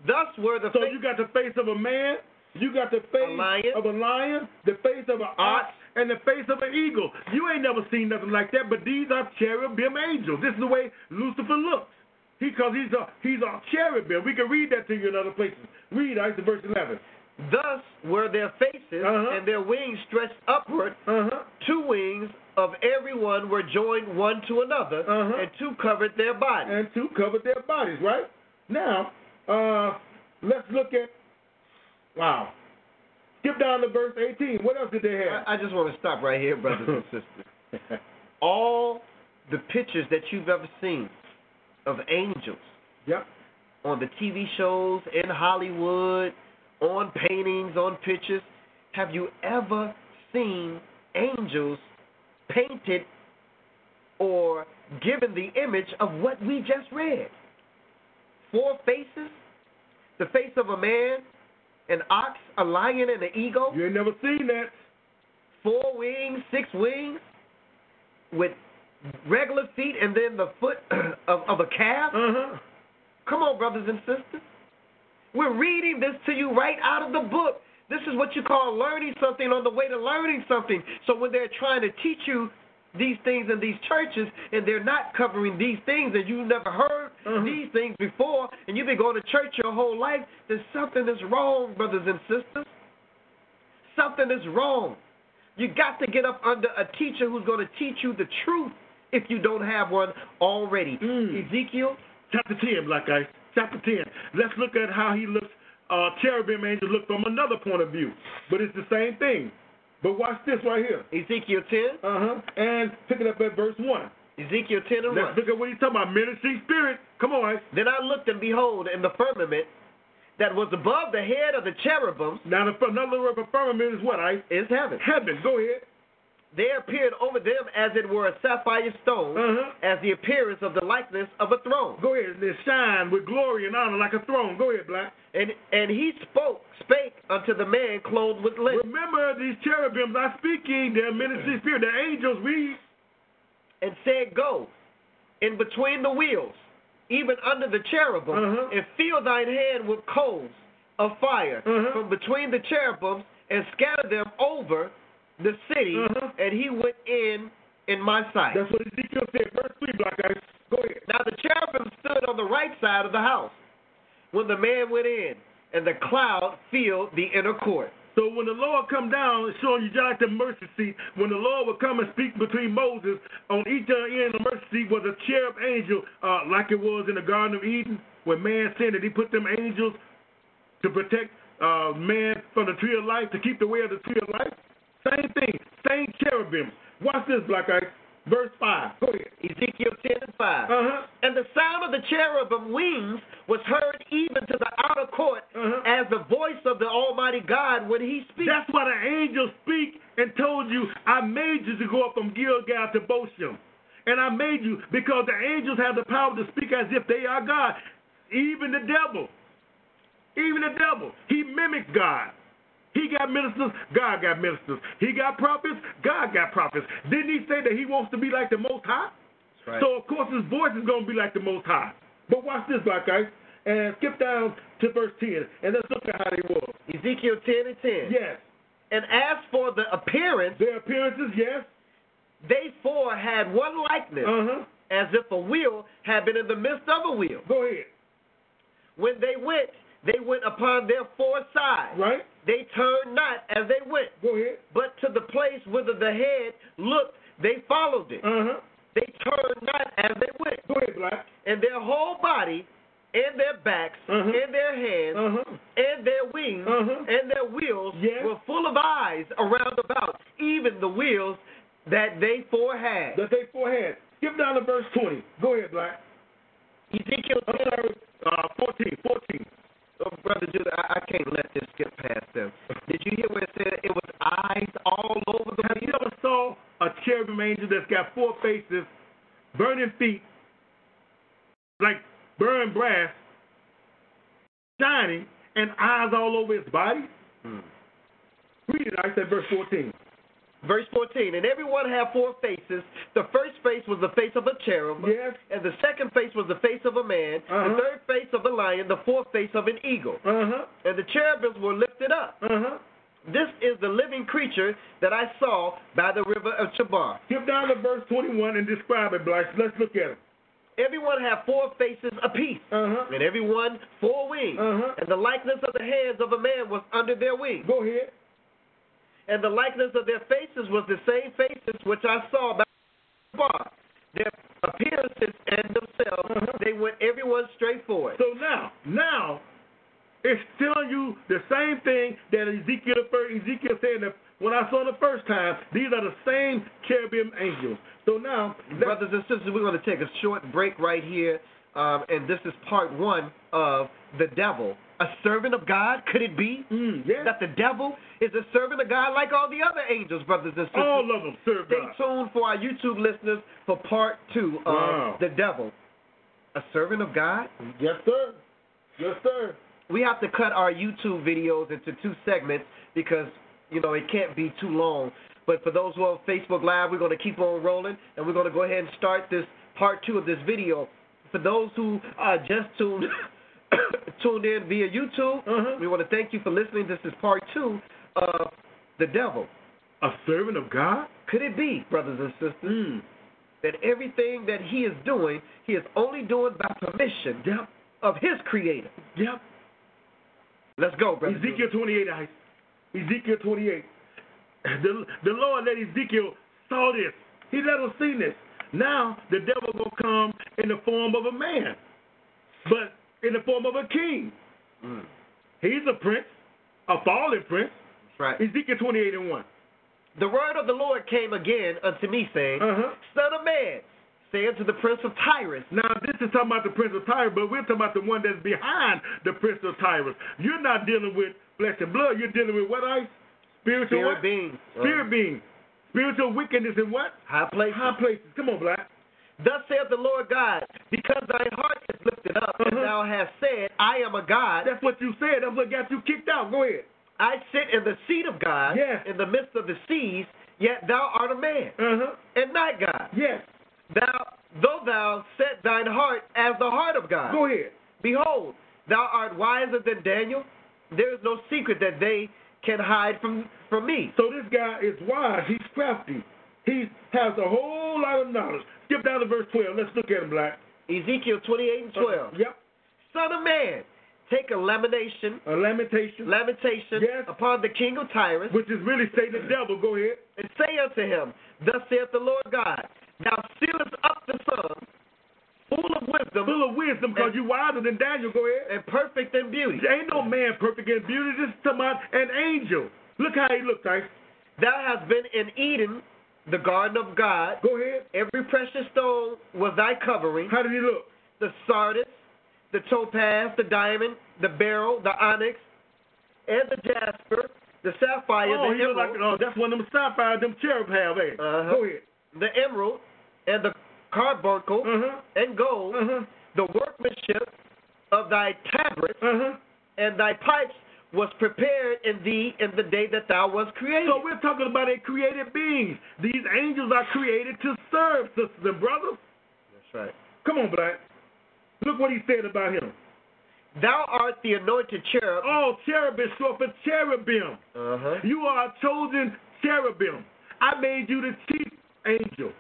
Speaker 3: Thus were the
Speaker 4: So
Speaker 3: face
Speaker 4: you got the face of a man, you got the face
Speaker 3: lion. Uh.
Speaker 4: of a lion, the face of an ox, and the face of an eagle. You ain't never seen nothing like that. But these are cherubim angels. This is the way Lucifer looks. He, cause he's a he's a cherubim. We can read that to you in other places. Read, I to verse eleven.
Speaker 3: thus were their faces
Speaker 4: Uh-huh.
Speaker 3: and their wings stretched upward.
Speaker 4: Uh huh.
Speaker 3: Two wings of every one were joined one to another,
Speaker 4: Uh-huh.
Speaker 3: and two covered their bodies.
Speaker 4: and two covered their bodies, right? Now, uh, let's look at. Wow. Skip down to verse 18. What else did they have?
Speaker 3: I, I just want to stop right here, brothers and sisters. All the pictures that you've ever seen of angels
Speaker 4: yep.
Speaker 3: on the TV shows, in Hollywood, on paintings, on pictures, have you ever seen angels painted or given the image of what we just read? Four faces, the face of a man, an ox, a lion, and an eagle
Speaker 4: You ain't never seen that.
Speaker 3: four wings, six wings, with regular feet, and then the foot of, of a calf.
Speaker 4: Uh huh.
Speaker 3: Come on, brothers and sisters. We're reading this to you right out of the book. This is what you call learning something on the way to learning something. So when they're trying to teach you these things in these churches and they're not covering these things and you never heard
Speaker 4: Mhm.
Speaker 3: these things before and you've been going to church your whole life, then something is wrong, brothers and sisters. Something is wrong. You got to get up under a teacher who's going to teach you the truth if you don't have one already.
Speaker 4: Mm.
Speaker 3: Ezekiel
Speaker 4: Chapter 10, Black Ice. Chapter 10. Let's look at how he looks, uh, cherubim angels look from another point of view. But it's the same thing. But watch this right here.
Speaker 3: Ezekiel 10,
Speaker 4: Uh huh. And pick it up at verse 1.
Speaker 3: Ezekiel 10 and 1.
Speaker 4: Let's look at what he's talking about. Ministry spirit. Come on, Ice.
Speaker 3: Then I looked, and behold, in the firmament that was above the head of the cherubims
Speaker 4: Now, the, another word for firmament is what, Ice?
Speaker 3: is heaven.
Speaker 4: Heaven. Go ahead.
Speaker 3: There appeared over them as it were a sapphire stone,
Speaker 4: Uh-huh.
Speaker 3: as the appearance of the likeness of a throne.
Speaker 4: Go ahead. They shine with glory and honor like a throne. Go ahead, Black.
Speaker 3: And and he spoke, spake unto the man clothed with linen,
Speaker 4: Remember these cherubims I speaking, their ministry spirit, the angels we
Speaker 3: and said, Go in between the wheels, even under the cherubim,
Speaker 4: Uh-huh.
Speaker 3: and fill thine hand with coals of fire
Speaker 4: Uh-huh.
Speaker 3: from between the cherubims, and scatter them over the city.
Speaker 4: Uh-huh.
Speaker 3: And he went in in my sight.
Speaker 4: that's what Ezekiel said, verse three, black guys. Go ahead.
Speaker 3: Now the cherubim stood on the right side of the house when the man went in, and the cloud filled the inner court.
Speaker 4: So when the Lord come down, it's showing you just like the mercy seat, when the Lord would come and speak between Moses, on each other end of the mercy seat was a cherub angel, uh, like it was in the Garden of Eden, when man sinned and he put them angels to protect uh, man from the tree of life, to keep the way of the tree of life. Same thing, same cherubim. Watch this, Black Eye. Verse 5. Go ahead.
Speaker 3: Ezekiel 10 and 5.
Speaker 4: Uh-huh.
Speaker 3: And the sound of the cherubim wings was heard even to the outer court
Speaker 4: Uh-huh.
Speaker 3: as the voice of the Almighty God when he speaks.
Speaker 4: That's why the angel speak and told you, I made you to go up from Gilgal to Bosham. And I made you because the angels have the power to speak as if they are God. Even the devil. Even the devil. He mimics God. He got ministers, God got ministers. He got prophets, God got prophets. Didn't he say that he wants to be like the Most High? So of course his voice is gonna be like the Most High. But watch this, black guys, and skip down to verse ten, and let's look at how they were.
Speaker 3: Ezekiel 10 and 10.
Speaker 4: Yes,
Speaker 3: And as for the appearance,
Speaker 4: their appearances, yes,
Speaker 3: they four had one likeness,
Speaker 4: uh huh.
Speaker 3: as if a wheel had been in the midst of a wheel.
Speaker 4: Go ahead,
Speaker 3: When they went, they went upon their four sides.
Speaker 4: right?
Speaker 3: They turned not as they went,
Speaker 4: Go ahead.
Speaker 3: but to the place whither the head looked, they followed it.
Speaker 4: Uh huh.
Speaker 3: They turned not as they went.
Speaker 4: Go ahead, black.
Speaker 3: And their whole body, and their backs,
Speaker 4: Uh-huh.
Speaker 3: and their hands,
Speaker 4: Uh huh.
Speaker 3: and their wings,
Speaker 4: Uh-huh.
Speaker 3: and their wheels
Speaker 4: Yes.
Speaker 3: were full of eyes around about, even the wheels that they four had.
Speaker 4: Let's take four heads. Skip down to verse twenty. Go ahead, black.
Speaker 3: Ezekiel
Speaker 4: I'm
Speaker 3: 10,
Speaker 4: sorry. Uh, fourteen. Fourteen.
Speaker 3: oh, Brother Judah, I, I can't let this skip past them. Did you hear what it said? It was eyes all over the
Speaker 4: Have you ever saw a cherubim angel that's got four faces, burning feet, like burned brass, shining, and eyes all over his body?
Speaker 3: Hmm.
Speaker 4: Read it. I said verse 14.
Speaker 3: verse 14. And everyone had four faces. The first face was the face of a cherub.
Speaker 4: Yes.
Speaker 3: And the second face was the face of a man.
Speaker 4: Uh-huh.
Speaker 3: The third face of a lion. The fourth face of an eagle.
Speaker 4: Uh
Speaker 3: And the cherubims were lifted up.
Speaker 4: huh. Uh huh.
Speaker 3: This is the living creature that I saw by the river of Chabar.
Speaker 4: Skip down to verse 21 and describe it, Blythe. Let's look at it.
Speaker 3: Everyone had four faces apiece.
Speaker 4: Uh huh.
Speaker 3: And everyone four wings.
Speaker 4: Uh-huh.
Speaker 3: And the likeness of the hands of a man was under their wings.
Speaker 4: Go ahead.
Speaker 3: and the likeness of their faces was the same faces which I saw by the bar. Their appearances and themselves,
Speaker 4: Uh-huh.
Speaker 3: they went everyone straight forward.
Speaker 4: So now, now, it's telling you the same thing that Ezekiel first, Ezekiel said that when I saw the first time. These are the same cherubim angels. So now, let's-
Speaker 3: Brothers and sisters, we're going to take a short break right here, um, and this is part one of The Devil. A servant of God? Could it be
Speaker 4: mm, yeah,
Speaker 3: that the devil is a servant of God like all the other angels, brothers and sisters?
Speaker 4: all of them serve
Speaker 3: Stay
Speaker 4: God.
Speaker 3: tuned for our YouTube listeners for part two of
Speaker 4: Wow.
Speaker 3: The Devil. A servant of God?
Speaker 4: Yes, sir. Yes, sir.
Speaker 3: we have to cut our YouTube videos into two segments because you know it can't be too long. But for those who are on Facebook Live, we're going to keep on rolling, and we're going to go ahead and start this part two of this video. For those who are just tuned tuned in via YouTube,
Speaker 4: Uh-huh.
Speaker 3: we want to thank you for listening. This is part two of the devil.
Speaker 4: A servant of God?
Speaker 3: Could it be, brothers and sisters,
Speaker 4: Mm.
Speaker 3: that everything that he is doing, he is only doing by permission
Speaker 4: Yep,
Speaker 3: of his creator?
Speaker 4: yep.
Speaker 3: Let's go, brother.
Speaker 4: Ezekiel 28, I, Ezekiel 28. The, the Lord let Ezekiel saw this. He let him see this. Now the devil will come in the form of a man, but in the form of a king.
Speaker 3: Mm,
Speaker 4: He's a prince, a fallen prince.
Speaker 3: that's right.
Speaker 4: Ezekiel 28 and 1.
Speaker 3: The word of the Lord came again unto me, saying,
Speaker 4: Uh-huh.
Speaker 3: Son of man, say unto the prince of Tyrus,
Speaker 4: Now this is talking about the prince of Tyrus, but we're talking about the one that's behind the prince of Tyrus. You're not dealing with flesh and blood. You're dealing with what I? Spiritual
Speaker 3: spirit
Speaker 4: what?
Speaker 3: being, uh,
Speaker 4: Spirit being. Spiritual wickedness and what?
Speaker 3: high place.
Speaker 4: High places. Come on, Black.
Speaker 3: Thus saith the Lord God, because thine heart is lifted up, and
Speaker 4: Uh-huh.
Speaker 3: thou hast said, I am a God,
Speaker 4: That's what you said. That's what got you kicked out. Go ahead.
Speaker 3: I sit in the seat of God,
Speaker 4: Yes.
Speaker 3: in the midst of the seas, yet thou art a man,
Speaker 4: Uh huh.
Speaker 3: and not God.
Speaker 4: Yes.
Speaker 3: Thou, though thou set thine heart as the heart of God,
Speaker 4: Go ahead.
Speaker 3: Behold, thou art wiser than Daniel. There is no secret that they can hide from, from me.
Speaker 4: So this guy is wise. He's crafty. He has a whole lot of knowledge. Skip down to verse 12. Let's look at him, Black. Uh,
Speaker 3: Ezekiel 28 and 12.
Speaker 4: Yep.
Speaker 3: Son of man, take a lamentation,
Speaker 4: A lamentation,
Speaker 3: lamentation
Speaker 4: Yes.
Speaker 3: upon the king of Tyrus,
Speaker 4: which is really saying the devil. Go ahead.
Speaker 3: and say unto him, Thus saith the Lord God, Thou sealest up the sun, full of wisdom
Speaker 4: Full of wisdom because you wiser than Daniel. Go ahead.
Speaker 3: and perfect in beauty.
Speaker 4: There ain't no man perfect in beauty. This is talking about an angel. Look how he looks, Tice.
Speaker 3: Thou hast been in Eden, the garden of God.
Speaker 4: Go ahead.
Speaker 3: Every precious stone was thy covering.
Speaker 4: How did he look?
Speaker 3: the sardis, the topaz, the diamond, the beryl, the onyx, and the jasper, the sapphire,
Speaker 4: oh,
Speaker 3: the
Speaker 4: he look like,
Speaker 3: emerald,
Speaker 4: oh, that's one of them sapphires them cherub have there.
Speaker 3: Uh-huh.
Speaker 4: Go ahead.
Speaker 3: the emerald, and the carbuncle,
Speaker 4: Uh-huh.
Speaker 3: and gold,
Speaker 4: Uh-huh.
Speaker 3: the workmanship of thy tabrets
Speaker 4: Uh-huh.
Speaker 3: and thy pipes was prepared in thee in the day that thou was created.
Speaker 4: So we're talking about a created beings. These angels are created to serve, sisters and brothers.
Speaker 3: That's right.
Speaker 4: Come on, Black. Look what he said about him.
Speaker 3: Thou art the anointed cherub.
Speaker 4: Oh, cherub is short for cherubim.
Speaker 3: Uh-huh.
Speaker 4: You are a chosen cherubim. I made you the chief angel.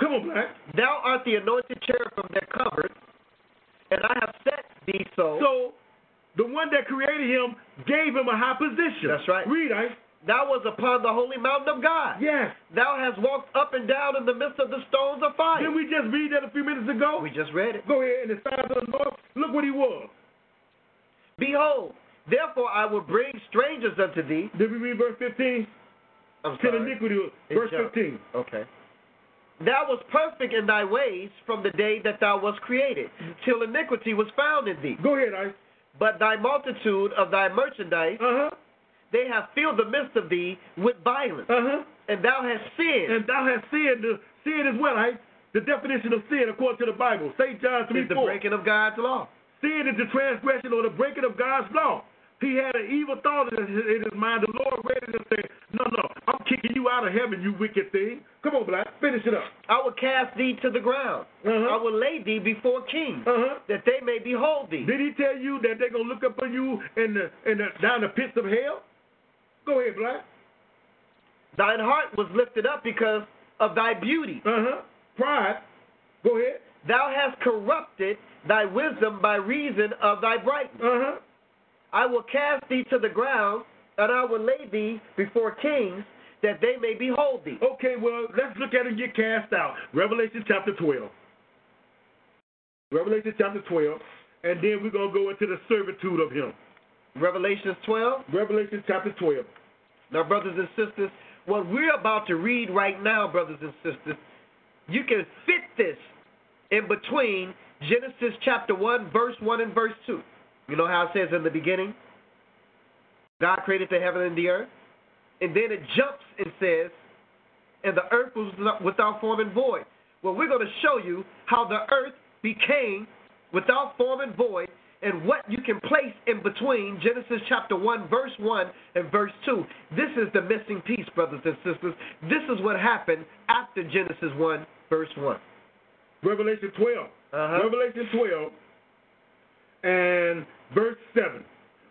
Speaker 4: Come on, Black.
Speaker 3: Thou art the anointed cherub from their covers, and I have set thee so.
Speaker 4: So the one that created him gave him a high position.
Speaker 3: That's right.
Speaker 4: Read, I.
Speaker 3: thou was upon the holy mountain of God.
Speaker 4: Yes.
Speaker 3: Thou hast walked up and down in the midst of the stones of fire.
Speaker 4: Didn't we just read that a few minutes ago?
Speaker 3: We just read it.
Speaker 4: Go ahead and the side of the north. Look what he was.
Speaker 3: Behold, therefore I will bring strangers unto thee.
Speaker 4: Did we read verse 15?
Speaker 3: I'm
Speaker 4: Sin iniquity, verse 15.
Speaker 3: Okay. Thou was perfect in thy ways from the day that thou was created, till iniquity was found in thee.
Speaker 4: Go ahead, Ice.
Speaker 3: But thy multitude of thy merchandise,
Speaker 4: Uh huh.
Speaker 3: they have filled the midst of thee with violence,
Speaker 4: Uh huh.
Speaker 3: and thou hast sinned.
Speaker 4: And thou hast sinned. The, sin is what, Ice? The definition of sin according to the Bible. St. John 3
Speaker 3: is the
Speaker 4: 4.
Speaker 3: breaking of God's law.
Speaker 4: Sin is the transgression or the breaking of God's law. He had an evil thought in his, in his mind. The Lord ready to say, No, no, I'm kicking you out of heaven, you wicked thing. Come on, Black, finish it up.
Speaker 3: I will cast thee to the ground.
Speaker 4: Uh-huh.
Speaker 3: I will lay thee before kings,
Speaker 4: Uh-huh.
Speaker 3: that they may behold thee.
Speaker 4: Did he tell you that they're gonna look up on you in the in the down the pits of hell? Go ahead, Black.
Speaker 3: Thine heart was lifted up because of thy beauty.
Speaker 4: Uh-huh. Pride. Go ahead.
Speaker 3: Thou hast corrupted thy wisdom by reason of thy brightness.
Speaker 4: Uh-huh.
Speaker 3: I will cast thee to the ground, and I will lay thee before kings, that they may behold thee.
Speaker 4: Okay, well, let's look at it get cast out. Revelation chapter 12. Revelation chapter 12. And then we're going to go into the servitude of him.
Speaker 3: Revelations 12.
Speaker 4: Revelation chapter 12.
Speaker 3: Now, brothers and sisters, what we're about to read right now, brothers and sisters, you can fit this in between Genesis chapter 1, verse 1 and verse 2. You know how it says in the beginning, God created the heaven and the earth? And then it jumps and says, and the earth was not- without form and void. Well, we're going to show you how the earth became without form and void and what you can place in between Genesis chapter 1, verse 1 and verse 2. This is the missing piece, brothers and sisters. This is what happened after Genesis 1, verse 1.
Speaker 4: Revelation 12.
Speaker 3: Uh-huh.
Speaker 4: Revelation 12 and verse 7.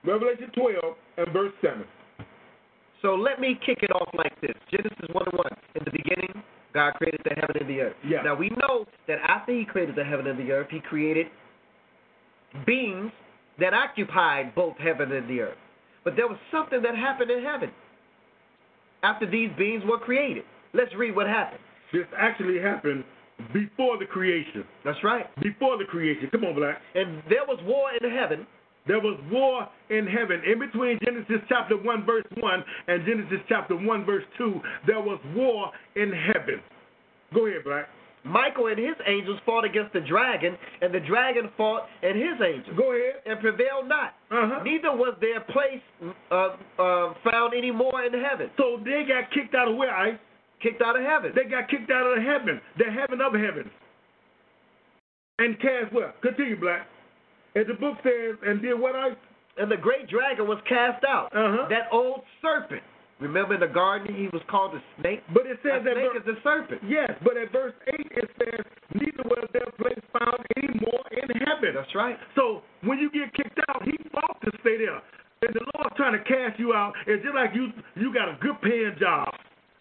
Speaker 4: Revelation 12 and verse 7.
Speaker 3: So let me kick it off like this Genesis 1 and 1. In the beginning, God created the heaven and the earth.
Speaker 4: Yeah.
Speaker 3: Now we know that after He created the heaven and the earth, He created beings that occupied both heaven and the earth. But there was something that happened in heaven after these beings were created. Let's read what happened.
Speaker 4: This actually happened before the creation.
Speaker 3: That's right.
Speaker 4: Before the creation. Come on, Black.
Speaker 3: And there was war in heaven.
Speaker 4: There was war in heaven. In between Genesis chapter 1, verse 1 and Genesis chapter 1, verse 2, there was war in heaven. Go ahead, Black.
Speaker 3: Michael and his angels fought against the dragon, and the dragon fought and his angels,
Speaker 4: Go ahead.
Speaker 3: and prevailed not.
Speaker 4: Uh huh.
Speaker 3: Neither was their place uh, uh, found any more in heaven.
Speaker 4: So they got kicked out of where, Ice?
Speaker 3: Kicked out of heaven.
Speaker 4: They got kicked out of heaven, the heaven of heaven. And cast where? Continue, Black. And the book says, and did what, Ice?
Speaker 3: And the great dragon was cast out.
Speaker 4: Uh-huh.
Speaker 3: That old serpent. Remember in the garden he was called the snake?
Speaker 4: But it
Speaker 3: A
Speaker 4: says that.
Speaker 3: snake
Speaker 4: ver-
Speaker 3: is a serpent.
Speaker 4: yes, but at verse 8 it says, neither was their place found any more in heaven.
Speaker 3: That's right.
Speaker 4: So when you get kicked out, he fought to stay there. And the Lord's trying to cast you out. It's just like you you got a good paying job,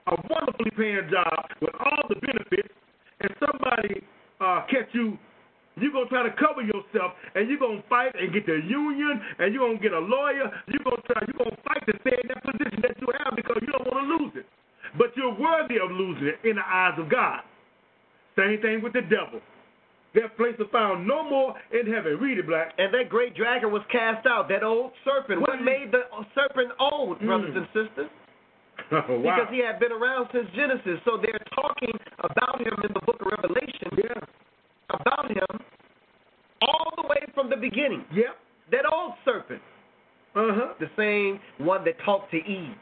Speaker 4: a wonderfully paying job with all the benefits, and somebody uh, catch you. You're going to try to cover yourself, and you're going to fight and get the union, and you're going to get a lawyer. You're going to try, you're going to fight to stay in that position that you have because you don't want to lose it. But you're worthy of losing it in the eyes of God. Same thing with the devil. Their place is found no more in heaven. Read it, Black.
Speaker 3: And that great dragon was cast out. That old serpent. What,
Speaker 4: What is-
Speaker 3: made the serpent old, brothers
Speaker 4: Mm.
Speaker 3: and sisters?
Speaker 4: Oh, wow.
Speaker 3: Because he had been around since Genesis. So they're talking about him in the book of Revelation.
Speaker 4: Yeah.
Speaker 3: About him all the way from the beginning.
Speaker 4: Yep.
Speaker 3: That old serpent.
Speaker 4: Uh huh.
Speaker 3: the same one that talked to Eve.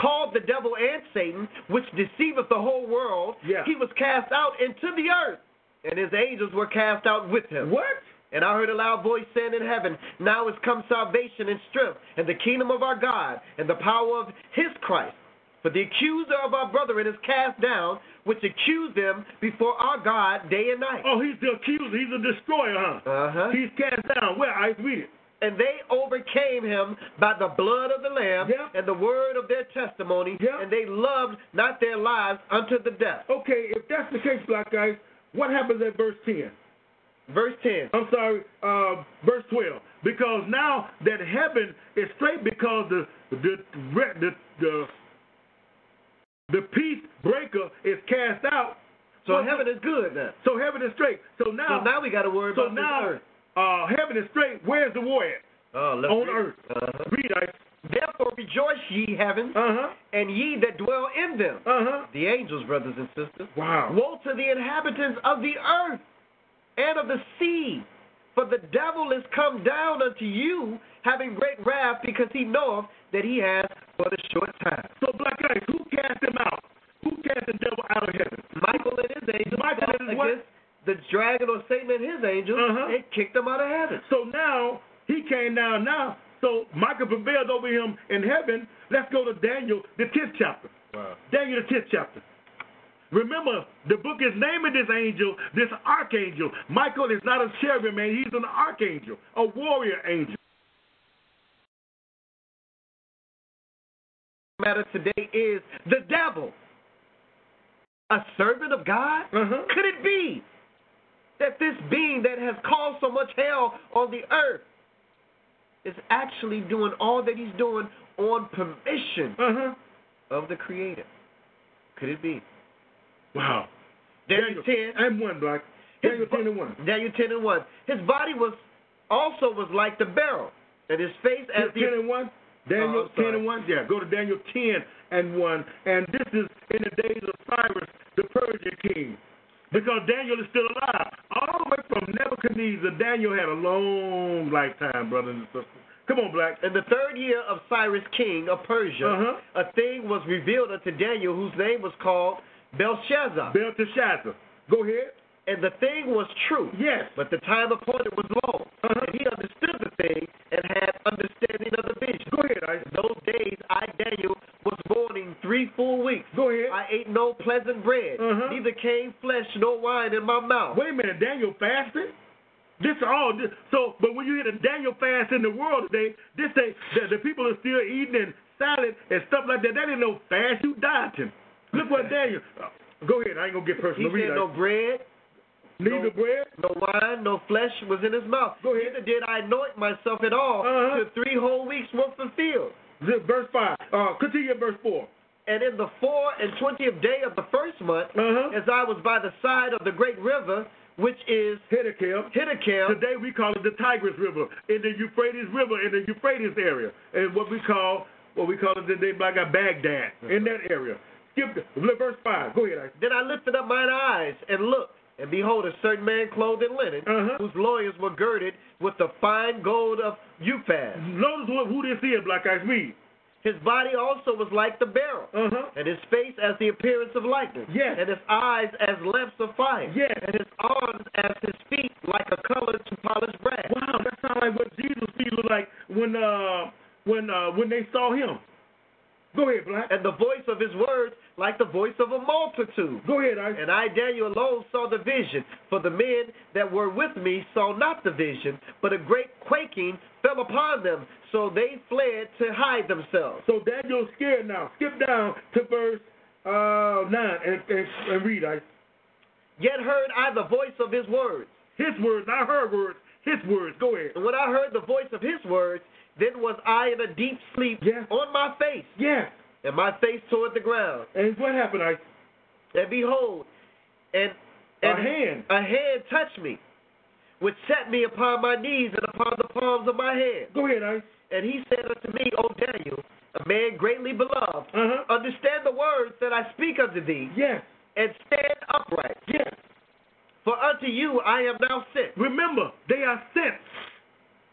Speaker 3: Called the devil and Satan, which deceiveth the whole world,
Speaker 4: Yeah.
Speaker 3: he was cast out into the earth, and his angels were cast out with him.
Speaker 4: What?
Speaker 3: And I heard a loud voice saying in heaven, Now is come salvation and strength, and the kingdom of our God, and the power of his Christ. For the accuser of our brethren is cast down, which accused them before our God day and night.
Speaker 4: Oh, he's the accuser. He's a destroyer, huh?
Speaker 3: Uh-huh.
Speaker 4: He's cast down. Where? I read it.
Speaker 3: And they overcame him by the blood of the Lamb
Speaker 4: Yeah.
Speaker 3: and the word of their testimony,
Speaker 4: Yeah.
Speaker 3: and they loved not their lives unto the death.
Speaker 4: Okay, if that's the case, Black guys, what happens at verse 10?
Speaker 3: Verse 10.
Speaker 4: I'm sorry, uh, verse 12. Because now that heaven is straight because the the the the, the peace breaker is cast out.
Speaker 3: So
Speaker 4: Well,
Speaker 3: heaven is good now.
Speaker 4: So heaven is straight. So now
Speaker 3: So now we got to worry
Speaker 4: so
Speaker 3: about
Speaker 4: now,
Speaker 3: this earth.
Speaker 4: uh, heaven is straight. Where's the war at?
Speaker 3: Oh, let's read.
Speaker 4: on earth.
Speaker 3: Uh-huh.
Speaker 4: Read Ice.
Speaker 3: Therefore rejoice ye heavens,
Speaker 4: Uh huh.
Speaker 3: and ye that dwell in them.
Speaker 4: Uh huh.
Speaker 3: The angels, brothers and sisters.
Speaker 4: Wow.
Speaker 3: Woe to the inhabitants of the earth and of the sea, for the devil is come down unto you, having great wrath, because he knoweth that he has but a short time.
Speaker 4: So black guys, who cast them out? Who cast the devil out of heaven?
Speaker 3: Michael and his angels
Speaker 4: Michael
Speaker 3: fought
Speaker 4: and what?
Speaker 3: against the dragon or Satan and his angels
Speaker 4: Uh-huh.
Speaker 3: and kicked them out of heaven.
Speaker 4: So now he came down. Now So Michael prevailed over him in heaven. Let's go to Daniel, the 10th chapter.
Speaker 3: Wow.
Speaker 4: Daniel, the 10th chapter. Remember, the book is naming this angel, this archangel. Michael is not a cherubim, man. He's an archangel, a warrior angel.
Speaker 3: matter today is the devil. A servant of God?
Speaker 4: Uh-huh.
Speaker 3: Could it be that this being that has caused so much hell on the earth is actually doing all that he's doing on permission
Speaker 4: Uh-huh.
Speaker 3: of the Creator? Could it be?
Speaker 4: Wow.
Speaker 3: Daniel 10.
Speaker 4: And 1, Black. Daniel 10 and 1.
Speaker 3: Daniel 10 and 1. His body was also was like the barrel, and his face as the
Speaker 4: 10 and 1? Daniel
Speaker 3: Oh, I'm
Speaker 4: 10 and 1? Yeah, go to Daniel 10 and 1. And this is in the days of Cyrus, the Persian king. Because Daniel is still alive. All the way from Nebuchadnezzar, Daniel had a long lifetime, brothers and sisters. Come on, Black.
Speaker 3: In the third year of Cyrus king of Persia,
Speaker 4: Uh-huh.
Speaker 3: a thing was revealed unto Daniel whose name was called Belshazzar.
Speaker 4: Belteshazzar. Go ahead.
Speaker 3: and the thing was true.
Speaker 4: Yes.
Speaker 3: But the time appointed was long.
Speaker 4: Uh-huh.
Speaker 3: And he understood the thing and had understanding of the vision.
Speaker 4: Go ahead, Isaac.
Speaker 3: Those days I, Daniel, was mourning three full weeks.
Speaker 4: Go ahead.
Speaker 3: I ate no pleasant bread,
Speaker 4: Uh-huh.
Speaker 3: neither came flesh nor wine in my mouth.
Speaker 4: Wait a minute, Daniel fasted? This all this, so, but when you hear the Daniel fast in the world today, this ain't the, the people are still eating and salad and stuff like that. That ain't no fast. You dieting. Look what Daniel. uh, go ahead. I ain't gonna get
Speaker 3: he
Speaker 4: personal.
Speaker 3: said
Speaker 4: Read
Speaker 3: no
Speaker 4: that.
Speaker 3: bread,
Speaker 4: Neither
Speaker 3: no-
Speaker 4: bread.
Speaker 3: no wine, no flesh was in his mouth.
Speaker 4: Go ahead.
Speaker 3: Neither did I anoint myself at all
Speaker 4: Uh-huh.
Speaker 3: till three whole weeks were fulfilled.
Speaker 4: This- Verse five. Uh, continue at verse four.
Speaker 3: And in the four and twentieth day of the first month,
Speaker 4: Uh huh.
Speaker 3: as I was by the side of the great river, which is
Speaker 4: Hiddekel.
Speaker 3: Hiddekel,
Speaker 4: Today we call it the Tigris River in the Euphrates River in the Euphrates area, and what we call what we call it today, by Baghdad
Speaker 3: Uh-huh.
Speaker 4: in that area. Skip the, look, verse five. Go ahead. Isaac.
Speaker 3: then I lifted up mine eyes and looked, and behold, a certain man clothed in linen,
Speaker 4: Uh-huh.
Speaker 3: whose loins were girded with the fine gold of Uphaz.
Speaker 4: Notice what, who this is, Black Eyes Reed.
Speaker 3: His body also was like the barrel,
Speaker 4: Uh huh.
Speaker 3: and his face as the appearance of lightning,
Speaker 4: Yes.
Speaker 3: and his eyes as lamps of fire,
Speaker 4: Yes.
Speaker 3: and his arms as his feet like a color to polished brass.
Speaker 4: Wow, that sounds like what Jesus feet looked like when uh when uh when they saw him. Go ahead, Black.
Speaker 3: And the voice of his words like the voice of a multitude.
Speaker 4: Go ahead, Ice.
Speaker 3: And I, Daniel, alone saw the vision, for the men that were with me saw not the vision, but a great quaking fell upon them, so they fled to hide themselves.
Speaker 4: So Daniel's scared now. Skip down to verse uh nine and and, and read Ice.
Speaker 3: Yet heard I the voice of his words.
Speaker 4: His words, not her words. His words. Go ahead.
Speaker 3: And when I heard the voice of his words, then was I in a deep sleep
Speaker 4: Yeah.
Speaker 3: on my face,
Speaker 4: Yes.
Speaker 3: and my face toward the ground.
Speaker 4: And what happened, Ice?
Speaker 3: And behold, and,
Speaker 4: A
Speaker 3: and
Speaker 4: hand.
Speaker 3: a hand touched me, which set me upon my knees and upon the palms of my hands.
Speaker 4: Go ahead, Ice.
Speaker 3: And he said unto me, O Daniel, a man greatly beloved,
Speaker 4: Uh huh.
Speaker 3: understand the words that I speak unto thee,
Speaker 4: Yes.
Speaker 3: and stand upright.
Speaker 4: Yes.
Speaker 3: For unto you I am now sent.
Speaker 4: Remember, they are sent.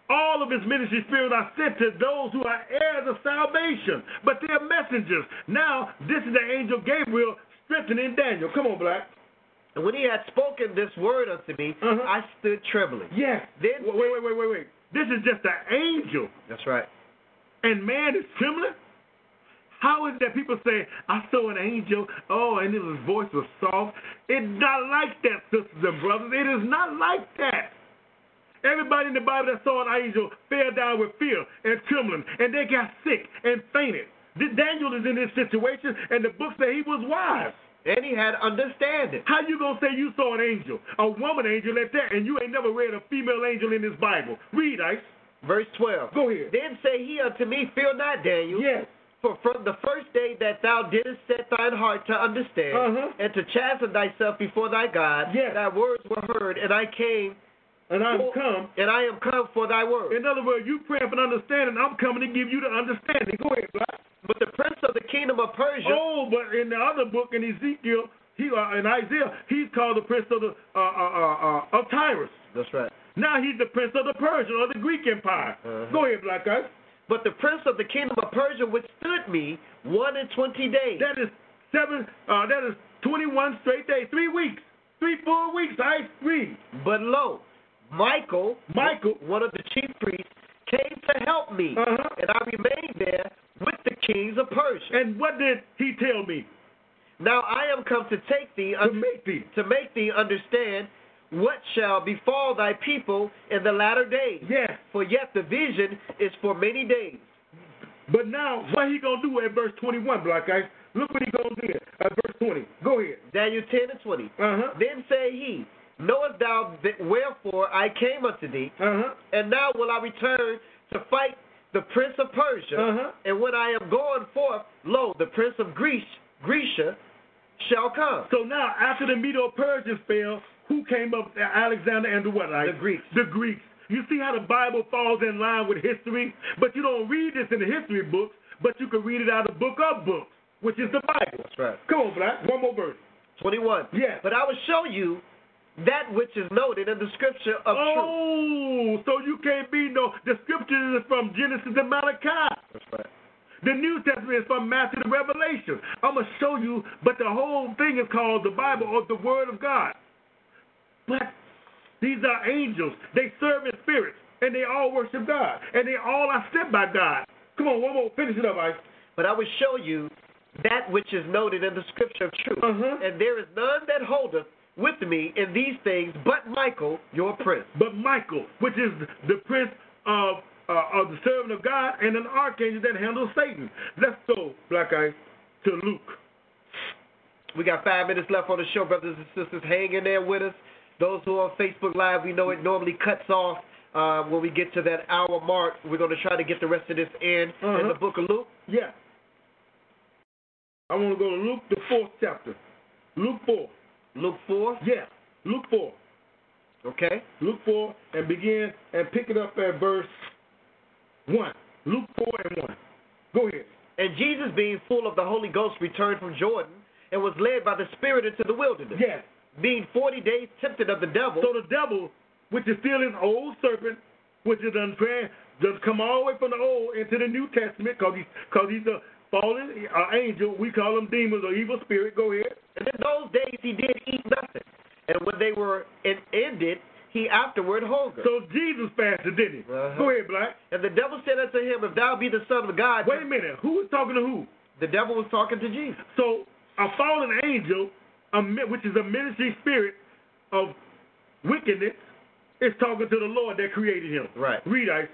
Speaker 4: All of his ministry spirits are sent to those who are heirs of salvation, but they're messengers. Now, this is the angel Gabriel strengthening Daniel. Come on, Black.
Speaker 3: And when he had spoken this word unto me,
Speaker 4: Uh-huh.
Speaker 3: I stood trembling.
Speaker 4: Yes.
Speaker 3: Then-
Speaker 4: wait, wait, wait, wait, wait. This is just an angel,
Speaker 3: That's right.
Speaker 4: and man is trembling? How is that people say, I saw an angel, oh, and his voice was soft? It's not like that, sisters and brothers. It is not like that. Everybody in the Bible that saw an angel fell down with fear and trembling, and they got sick and fainted. Th- Daniel is in this situation, and the book said he was wise.
Speaker 3: And he had understanding.
Speaker 4: How you gonna say you saw an angel, a woman angel at that, and you ain't never read a female angel in this Bible? Read, Ice.
Speaker 3: Verse 12.
Speaker 4: Go ahead.
Speaker 3: Then say he unto me, Fear not, Daniel.
Speaker 4: Yes.
Speaker 3: For from the first day that thou didst set thine heart to understand
Speaker 4: Uh-huh.
Speaker 3: and to chasten thyself before thy God,
Speaker 4: Yes.
Speaker 3: thy words were heard, and I came,
Speaker 4: And I'm
Speaker 3: for-
Speaker 4: come.
Speaker 3: and I am come for thy word.
Speaker 4: In other words, you praying for understanding. I'm coming to give you the understanding. Go ahead, Black.
Speaker 3: But the prince of the kingdom of Persia,
Speaker 4: Oh, but in the other book in Ezekiel, he uh, in Isaiah, he's called the prince of the uh, uh, uh, uh, of Tyrus.
Speaker 3: that's right.
Speaker 4: Now he's the prince of the Persian or the Greek Empire.
Speaker 3: Uh-huh.
Speaker 4: Go ahead, Black Guy.
Speaker 3: But the prince of the kingdom of Persia withstood me one and twenty days.
Speaker 4: That is seven. Uh, that is twenty-one straight days, three weeks, three full weeks. I read.
Speaker 3: but lo, Michael,
Speaker 4: Michael.
Speaker 3: one of the chief priests, came to help me,
Speaker 4: Uh-huh.
Speaker 3: and I remained there with the kings of Persia.
Speaker 4: And what did he tell me?
Speaker 3: Now I am come to take thee
Speaker 4: To
Speaker 3: un-
Speaker 4: make thee.
Speaker 3: to make thee understand what shall befall thy people in the latter days.
Speaker 4: Yes.
Speaker 3: For yet the vision is for many days.
Speaker 4: But now, what he gonna do at verse 21, Black Ice? Look what he gonna do at verse 20. Go ahead.
Speaker 3: Daniel 10 and 20.
Speaker 4: Uh huh.
Speaker 3: Then say he, Knowest thou that wherefore I came unto thee,
Speaker 4: Uh huh.
Speaker 3: and now will I return to fight the prince of Persia.
Speaker 4: Uh-huh.
Speaker 3: And when I am going forth, lo, the prince of Greece, Grecia, shall come.
Speaker 4: So now, after the Medo-Persians fell, who came up? Alexander and the what? Ike?
Speaker 3: The Greeks.
Speaker 4: The Greeks. You see how the Bible falls in line with history, but you don't read this in the history books, but you can read it out of book of books, which is the Bible.
Speaker 3: That's right.
Speaker 4: Come on, Black. One more verse.
Speaker 3: 21.
Speaker 4: Yes.
Speaker 3: But I will show you that which is noted in the scripture of truth.
Speaker 4: oh, so you can't be no. The scripture is from Genesis to Malachi.
Speaker 3: That's right.
Speaker 4: The New Testament is from Matthew to Revelation. I'm going to show you, but the whole thing is called the Bible or the Word of God. But these are angels. They serve in spirit, and they all worship God, and they all are sent by God. Come on, one more. Finish it up, Ice.
Speaker 3: But I will show you that which is noted in the scripture of truth.
Speaker 4: Uh-huh.
Speaker 3: And there is none that holdeth with me in these things but Michael, your prince.
Speaker 4: But Michael, which is the prince of, uh, of the servant of God and an archangel that handles Satan. Let's go, Black Ice, to Luke.
Speaker 3: We got five minutes left on the show, brothers and sisters. Hang in there with us. Those who are on Facebook Live, we know it normally cuts off uh, when we get to that hour mark. We're going to try to get the rest of this in in
Speaker 4: Uh-huh.
Speaker 3: the book of Luke.
Speaker 4: Yeah. I want to go to Luke, the fourth chapter. Luke 4.
Speaker 3: Luke 4,
Speaker 4: Yeah, Luke 4.
Speaker 3: okay?
Speaker 4: Luke 4 and begin and pick it up at verse 1. Luke 4 and 1. Go ahead.
Speaker 3: And Jesus, being full of the Holy Ghost, returned from Jordan and was led by the Spirit into the wilderness,
Speaker 4: Yes.
Speaker 3: being 40 days tempted of the devil.
Speaker 4: So the devil, which is still an old serpent, which is unfair, does come all the way from the old into the New Testament because he's, cause he's a fallen uh, angel. We call him demons or evil spirit. Go ahead.
Speaker 3: And in those days he did eat nothing. And when they were it ended, he afterward hungered.
Speaker 4: So Jesus fasted, didn't he?
Speaker 3: Uh-huh.
Speaker 4: Go ahead, Black.
Speaker 3: and the devil said unto him, If thou be the Son of God,
Speaker 4: Wait a minute. Who is talking to who?
Speaker 3: the devil was talking to Jesus.
Speaker 4: So a fallen angel, a, mi- which is a ministry spirit of wickedness, is talking to the Lord that created him.
Speaker 3: Right.
Speaker 4: Read I.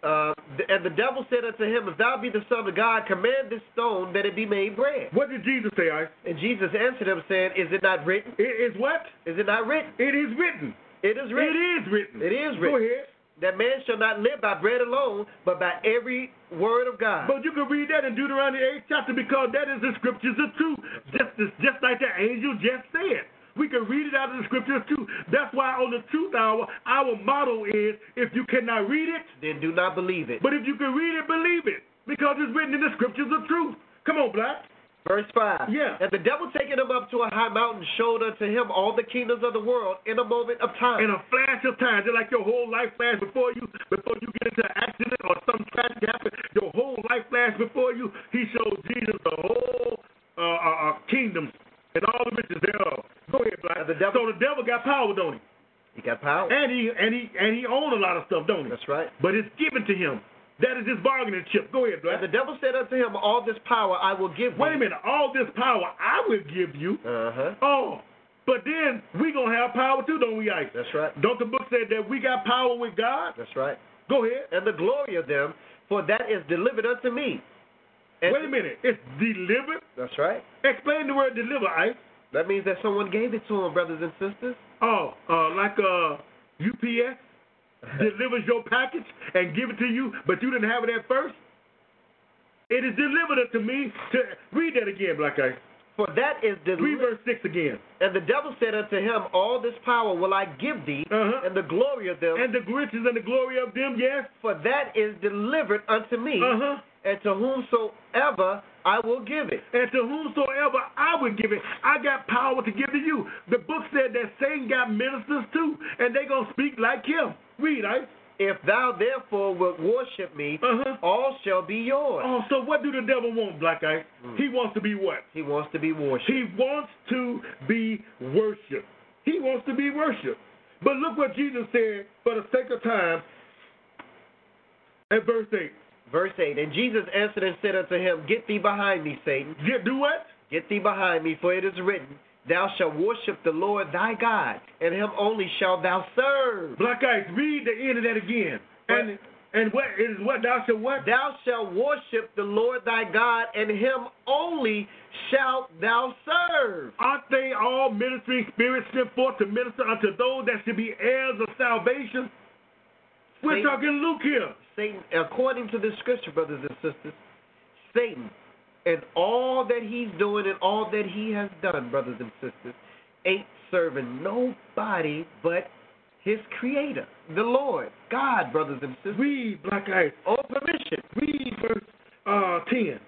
Speaker 3: Uh, th- and the devil said unto him, If thou be the Son of God, command this stone that it be made bread.
Speaker 4: What did Jesus say, I?
Speaker 3: And Jesus answered him, saying, Is it not written?
Speaker 4: It is what?
Speaker 3: Is it not written?
Speaker 4: It is written.
Speaker 3: It is written
Speaker 4: It is written.
Speaker 3: It is
Speaker 4: Go
Speaker 3: written.
Speaker 4: ahead.
Speaker 3: that man shall not live by bread alone, but by every word of God.
Speaker 4: But you can read that in Deuteronomy 8 chapter because that is the scriptures of truth, just, just like the angel just said. We can read it out of the scriptures too. That's why on the truth hour, our motto is if you cannot read it,
Speaker 3: then do not believe it.
Speaker 4: But if you can read it, believe it, because it's written in the scriptures of truth. Come on, Black.
Speaker 3: Verse 5.
Speaker 4: Yeah.
Speaker 3: And the devil taking him up to a high mountain showed unto him all the kingdoms of the world in a moment of time.
Speaker 4: In a flash of time, just like your whole life flash before you, before you get into an accident or some tragic happen, your whole life flash before you, he showed Jesus the whole uh, uh, uh, kingdoms and all the riches thereof. Go ahead, Black.
Speaker 3: The devil-
Speaker 4: so the devil got power, don't
Speaker 3: he
Speaker 4: he?
Speaker 3: got power.
Speaker 4: And he and he and he owned a lot of stuff, don't he?
Speaker 3: That's right.
Speaker 4: But it's given to him. That is his bargaining chip. Go ahead, Black.
Speaker 3: And the devil said unto him, All this power I will give
Speaker 4: Wait a
Speaker 3: thee.
Speaker 4: minute. All this power I will give you.
Speaker 3: Uh huh.
Speaker 4: Oh, but then we gonna have power too, don't we, Ice?
Speaker 3: That's right.
Speaker 4: Don't the book say that we got power with God?
Speaker 3: That's right.
Speaker 4: Go ahead.
Speaker 3: And the glory of them, for that is delivered unto me. And
Speaker 4: Wait a minute. It's delivered.
Speaker 3: That's right.
Speaker 4: Explain the word deliver, Ice.
Speaker 3: That means that someone gave it to him, brothers and sisters.
Speaker 4: Oh, uh, like uh, UPS delivers your package and give it to you, but you didn't have it at first. It is delivered unto me. To read that again, Black Ice.
Speaker 3: For that is
Speaker 4: Read
Speaker 3: delivered.
Speaker 4: verse six again.
Speaker 3: And the devil said unto him, All this power will I give thee,
Speaker 4: Uh-huh.
Speaker 3: and the glory of them,
Speaker 4: And the riches and the glory of them, yes.
Speaker 3: for that is delivered unto me,
Speaker 4: Uh huh.
Speaker 3: and to whomsoever I will give it.
Speaker 4: and to whomsoever I would give it, I got power to give to you. The book said that Satan got ministers too, and they gonna speak like him. Read, I.
Speaker 3: If thou therefore wilt worship me,
Speaker 4: Uh huh.
Speaker 3: all shall be yours.
Speaker 4: Oh, so what do the devil want, Black Ice? He wants to be what?
Speaker 3: He wants to be worshipped.
Speaker 4: He wants to be worshipped. He wants to be worshipped. But look what Jesus said for the sake of time At verse 8.
Speaker 3: Verse 8 And Jesus answered and said unto him, Get thee behind me, Satan.
Speaker 4: Get, do what?
Speaker 3: Get thee behind me, for it is written, Thou shalt worship the Lord thy God, and him only shalt thou serve.
Speaker 4: Black Ice, read the end of that again. And and what it is what thou shalt what?
Speaker 3: Thou shalt worship the Lord thy God, and him only shalt thou serve.
Speaker 4: Aren't they all ministering spirits sent forth to minister unto those that should be heirs of salvation? We're
Speaker 3: Satan-
Speaker 4: talking Luke here.
Speaker 3: Satan, according to the scripture, brothers and sisters, Satan and all that he's doing and all that he has done, brothers and sisters, ain't serving nobody but his creator, the Lord, God, brothers and sisters.
Speaker 4: Read Black Ice.
Speaker 3: All permission.
Speaker 4: Read verse uh ten.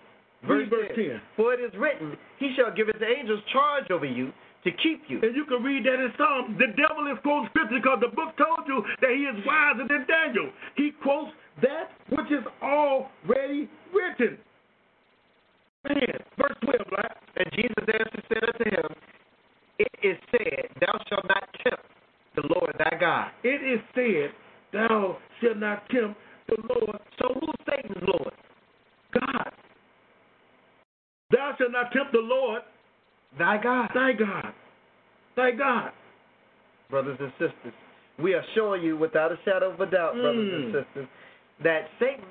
Speaker 4: Read verse ten.
Speaker 3: For it is written, He shall give his angels charge over you to keep you.
Speaker 4: And you can read that in Psalms. The devil is quoting scripture because the book told you that he is wiser than Daniel. He quotes that which is already written. Man, verse 12, right?
Speaker 3: And Jesus answered said unto him, It is said, Thou shalt not tempt the Lord thy God.
Speaker 4: It is said, Thou shalt not tempt the Lord.
Speaker 3: So who's Satan's Lord?
Speaker 4: God. Thou shalt not tempt the Lord,
Speaker 3: Thy God.
Speaker 4: thy God. Thy God.
Speaker 3: Brothers and sisters, we are showing you without a shadow of a doubt, brothers and
Speaker 4: Mm.
Speaker 3: sisters, that Satan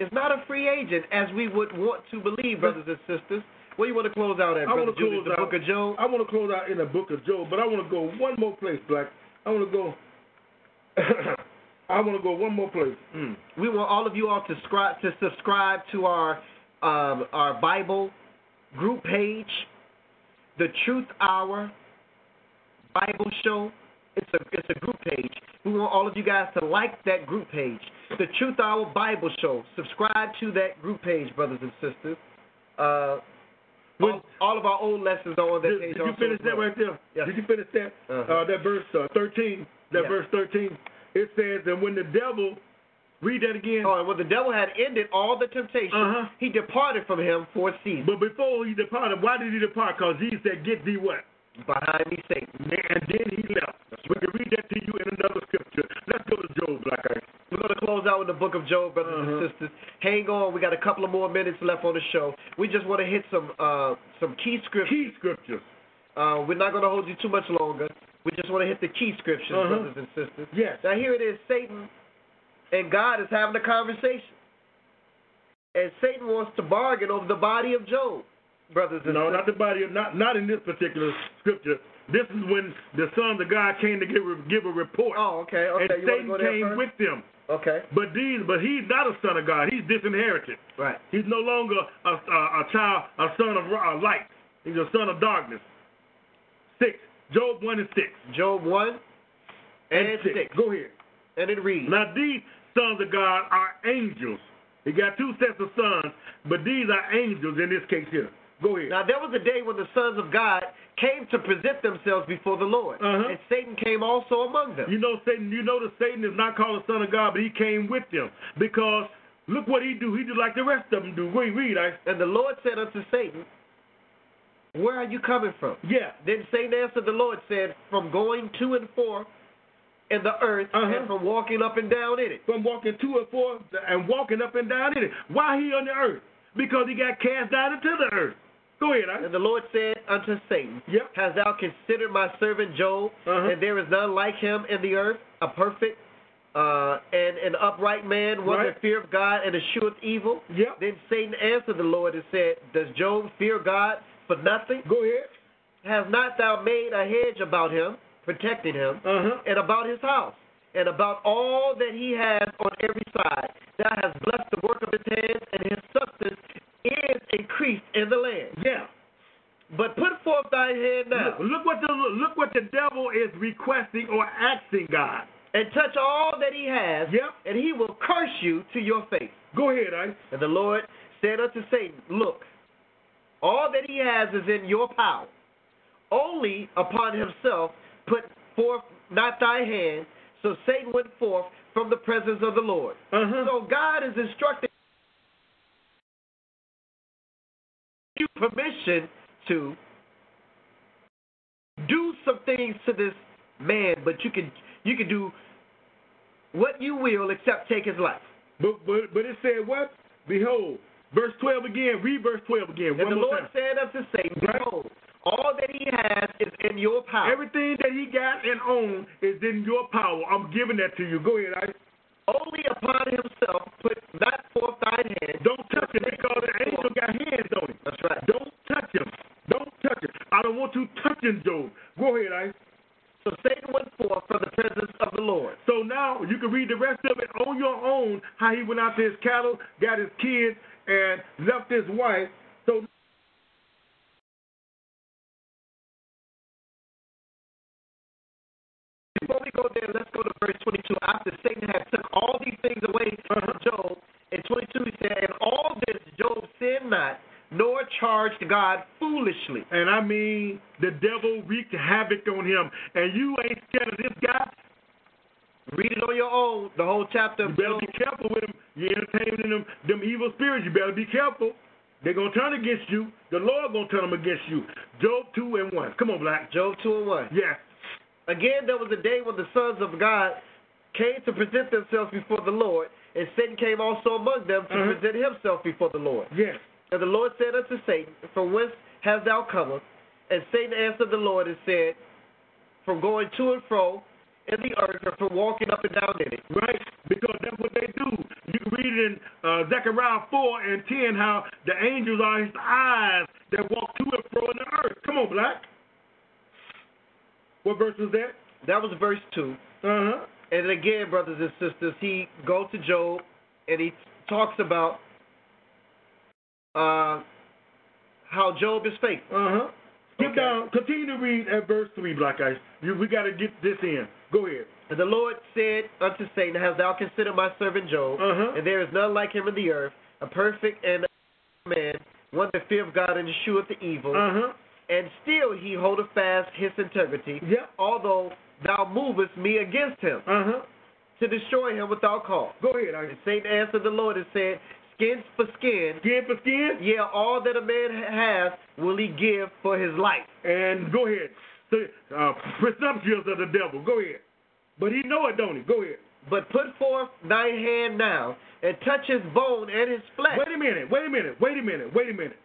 Speaker 3: is not a free agent as we would want to believe, brothers and sisters. What do you want to close out at,
Speaker 4: I
Speaker 3: Brother
Speaker 4: want to
Speaker 3: Julius,
Speaker 4: close
Speaker 3: the
Speaker 4: out.
Speaker 3: book of Job?
Speaker 4: I want to close out in the book of Job, but I want to go one more place, Black. I want to go. I want to go one more place.
Speaker 3: Mm. We want all of you all to subscribe to subscribe to our um, our Bible group page, the Truth Hour Bible Show. It's a it's a group page. We want all of you guys to like that group page, the Truth Hour Bible Show. Subscribe to that group page, brothers and sisters. Uh, all,
Speaker 4: When-
Speaker 3: all of our old lessons are on that
Speaker 4: Did,
Speaker 3: page.
Speaker 4: did you
Speaker 3: also
Speaker 4: finish
Speaker 3: as
Speaker 4: that
Speaker 3: well.
Speaker 4: right there?
Speaker 3: Yes.
Speaker 4: Did you finish that?
Speaker 3: Uh-huh.
Speaker 4: Uh, that verse uh, 13. That
Speaker 3: Yeah.
Speaker 4: verse 13. It says, and when the devil, read that again.
Speaker 3: Oh, and when the devil had ended all the temptation,
Speaker 4: Uh-huh.
Speaker 3: he departed from him for a season.
Speaker 4: But before he departed, why did he depart? Because he said, get thee what?
Speaker 3: Behind me, Satan.
Speaker 4: And then he left. We can read that to you in another scripture. Let's go to Job, Black Ice.
Speaker 3: We're going to close out with the book of Job, brothers and
Speaker 4: Uh-huh.
Speaker 3: sisters. Hang on, we got a couple of more minutes left on the show. We just want to hit some uh, some key scriptures.
Speaker 4: Key scriptures.
Speaker 3: Uh, we're not going to hold you too much longer. We just want to hit the key scriptures,
Speaker 4: Uh-huh.
Speaker 3: brothers and sisters.
Speaker 4: Yes.
Speaker 3: Now here it is, Satan and God is having a conversation, and Satan wants to bargain over the body of Job, brothers and
Speaker 4: No,
Speaker 3: sisters.
Speaker 4: not the body. of- Not not in this particular scripture. This is when the sons of God came to give a, give a report,
Speaker 3: Oh, okay,
Speaker 4: and
Speaker 3: okay. you
Speaker 4: Satan
Speaker 3: want to go there
Speaker 4: came
Speaker 3: first?
Speaker 4: with them.
Speaker 3: Okay,
Speaker 4: But these, but he's not a son of God. He's disinherited.
Speaker 3: right.
Speaker 4: He's no longer a, a, a child, a son of uh, light. He's a son of darkness. Six. Job one and six.
Speaker 3: Job one and, six,
Speaker 4: Go ahead.
Speaker 3: and it reads.
Speaker 4: Now these sons of God are angels. He got two sets of sons, but these are angels in this case here. Go ahead.
Speaker 3: Now there was a day when the sons of God came to present themselves before the Lord,
Speaker 4: Uh-huh.
Speaker 3: and Satan came also among them.
Speaker 4: You know Satan. You know that Satan is not called the son of God, but he came with them because look what he do. He do like the rest of them do. Read, read. I
Speaker 3: And the Lord said unto Satan, Where are you coming from?
Speaker 4: yeah.
Speaker 3: Then Satan answered the Lord, said, From going to and fro in the earth,
Speaker 4: Uh-huh.
Speaker 3: and from walking up and down in it.
Speaker 4: From walking to and forth and walking up and down in it. Why he on the earth? Because he got cast down into the earth. Go ahead. I
Speaker 3: And the Lord said unto Satan,
Speaker 4: Yep.
Speaker 3: Hast thou considered my servant Job,
Speaker 4: Uh-huh.
Speaker 3: and there is none like him in the earth, a perfect uh, and an upright man, one
Speaker 4: Right.
Speaker 3: that feareth God and escheweth evil?
Speaker 4: Yep.
Speaker 3: Then Satan answered the Lord and said, Does Job fear God for nothing?
Speaker 4: Go ahead.
Speaker 3: Hast not thou made a hedge about him, protecting him,
Speaker 4: Uh huh.
Speaker 3: and about his house, and about all that he has on every side? Thou hast blessed the work of his hands, and his substance is increased in the land.
Speaker 4: Yeah.
Speaker 3: But put forth thine hand now,
Speaker 4: Look, look what the look what the devil is requesting or asking God.
Speaker 3: and touch all that he has,
Speaker 4: Yep.
Speaker 3: and he will curse you to your face.
Speaker 4: Go ahead. I.
Speaker 3: And the Lord said unto Satan, Look, all that he has is in your power. Only upon himself put forth not thy hand. So Satan went forth from the presence of the Lord.
Speaker 4: Uh huh.
Speaker 3: So God is instructing you permission to do some things to this man, but you can you can do what you will except take his life.
Speaker 4: But but but it said what? Behold, verse twelve again. Read verse twelve again.
Speaker 3: And
Speaker 4: one
Speaker 3: the
Speaker 4: more
Speaker 3: Lord
Speaker 4: time.
Speaker 3: said unto Satan, Behold, all that he has is in your power.
Speaker 4: Everything that he got and owned is in your power. I'm giving that to you. Go ahead. I
Speaker 3: Only upon himself put not forth thine hand.
Speaker 4: don't touch him because the angel got hands on him.
Speaker 3: That's right.
Speaker 4: Don't touch him. Don't touch him. I don't want you touching Job. Go ahead, I.
Speaker 3: So Satan went forth from the presence of the Lord.
Speaker 4: So now you can read the rest of it on your own. How he went out to his cattle, got his kids, and left his wife. So
Speaker 3: Before we go there, let's go to verse 22. After Satan had took all these things away from Job, in 22 he said, And all this Job sinned not, nor charged God foolishly.
Speaker 4: And I mean, the devil wreaked havoc on him. And you ain't scared of this guy.
Speaker 3: Read it on your own, the whole chapter
Speaker 4: You
Speaker 3: of
Speaker 4: better
Speaker 3: Job.
Speaker 4: be careful with him. You're entertaining them, them evil spirits. You better be careful. They're going to turn against you. The Lord going to turn them against you. Job 2 and 1. Come on, Black.
Speaker 3: Job 2 and 1.
Speaker 4: Yes.
Speaker 3: Again, there was a day when the sons of God came to present themselves before the Lord, and Satan came also among them to
Speaker 4: Uh-huh.
Speaker 3: present himself before the Lord.
Speaker 4: Yes.
Speaker 3: And the Lord said unto Satan, From whence hast thou come? And Satan answered the Lord and said, From going to and fro in the earth, and from walking up and down in it.
Speaker 4: Right? Because that's what they do. You can read it in uh, Zechariah 4 and 10 how the angels are his eyes that walk to and fro in the earth. Come on, Black. What verse was that?
Speaker 3: That was verse 2.
Speaker 4: Uh huh.
Speaker 3: And again, brothers and sisters, he goes to Job and he talks about uh, how Job is faithful.
Speaker 4: Uh huh. Skip
Speaker 3: Okay.
Speaker 4: down. Continue to read at verse three, Black Ice. You, we got to get this in. Go ahead.
Speaker 3: And the Lord said unto Satan, Hast thou considered my servant Job?
Speaker 4: Uh-huh.
Speaker 3: And there is none like him in the earth, a perfect and a man, one that feareth God and escheweth the evil.
Speaker 4: Uh huh.
Speaker 3: And still he holdeth fast his integrity,
Speaker 4: Yep.
Speaker 3: although thou movest me against him,
Speaker 4: Uh huh.
Speaker 3: to destroy him without cause.
Speaker 4: Go ahead, Ice.
Speaker 3: And Satan answered the Lord and said, Skin for skin,
Speaker 4: Skin for skin,
Speaker 3: yea, all that a man hath will he give for his life.
Speaker 4: and go ahead. So, uh, presumptuous of the devil. Go ahead. But he know it, don't he? Go ahead.
Speaker 3: But put forth thine hand now, and touch his bone and his flesh.
Speaker 4: Wait a minute. Wait a minute. Wait a minute. Wait a minute.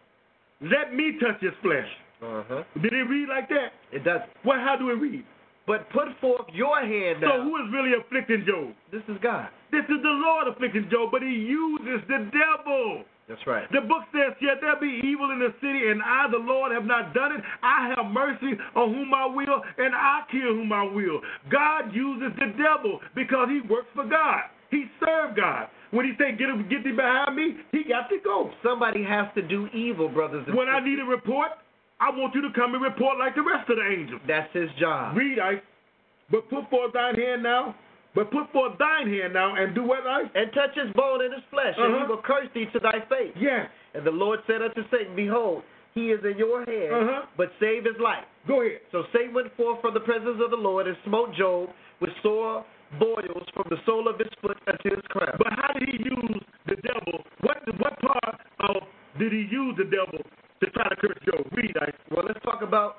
Speaker 4: Let me touch his flesh.
Speaker 3: Uh-huh.
Speaker 4: Did it read like that?
Speaker 3: It does
Speaker 4: What? How do it read?
Speaker 3: But put forth your hand
Speaker 4: So
Speaker 3: now.
Speaker 4: who is really afflicting Job?
Speaker 3: this is God.
Speaker 4: This is the Lord afflicting Job, but he uses the devil.
Speaker 3: That's right.
Speaker 4: The book says, Yet there be evil in the city, and I, the Lord, have not done it. I have mercy on whom I will, and I kill whom I will. God uses the devil because he works for God. He served God. When he said, Get him, get thee behind me, he got to go.
Speaker 3: Somebody has to do evil, brothers and
Speaker 4: When I need a report, I want you to come and report like the rest of the angels.
Speaker 3: That's his job.
Speaker 4: Read, I. But put forth thine hand now. But put forth thine hand now and do what, I?
Speaker 3: And touch his bone and his flesh, and he
Speaker 4: Uh-huh.
Speaker 3: will curse thee to thy face.
Speaker 4: Yes.
Speaker 3: And the Lord said unto Satan, Behold, he is in your hand,
Speaker 4: Uh-huh.
Speaker 3: but save his life.
Speaker 4: Go ahead.
Speaker 3: So Satan went forth from the presence of the Lord and smote Job with sore boils from the sole of his foot unto his crown.
Speaker 4: But how did he use the devil? What what part of did he use the devil to try to curse Job? Read, I,
Speaker 3: Well, let's talk about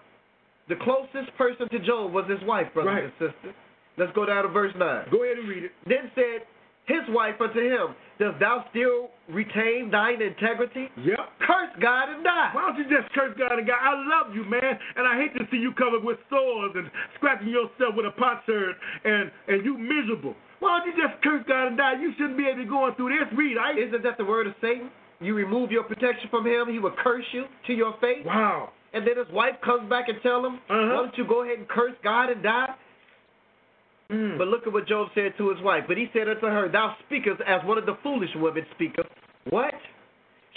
Speaker 3: the closest person to Job was his wife, brothers
Speaker 4: Right.
Speaker 3: and sisters. Let's go down to verse 9.
Speaker 4: go ahead and read it.
Speaker 3: Then said his wife unto him, Dost thou still retain thine integrity?
Speaker 4: Yep.
Speaker 3: Curse God and die.
Speaker 4: Why don't you just curse God and God? I love you, man, and I hate to see you covered with sores and scratching yourself with a potsherd and and you miserable. Why don't you just curse God and die? You shouldn't be able to going through this. Read, I.
Speaker 3: Isn't that the word of Satan? You remove your protection from him, he will curse you to your face.
Speaker 4: Wow.
Speaker 3: And then his wife comes back and tell him,
Speaker 4: Uh-huh.
Speaker 3: Why don't you go ahead and curse God and die?
Speaker 4: Mm.
Speaker 3: But look at what Job said to his wife. But he said unto her, Thou speakest as one of the foolish women speaketh. What?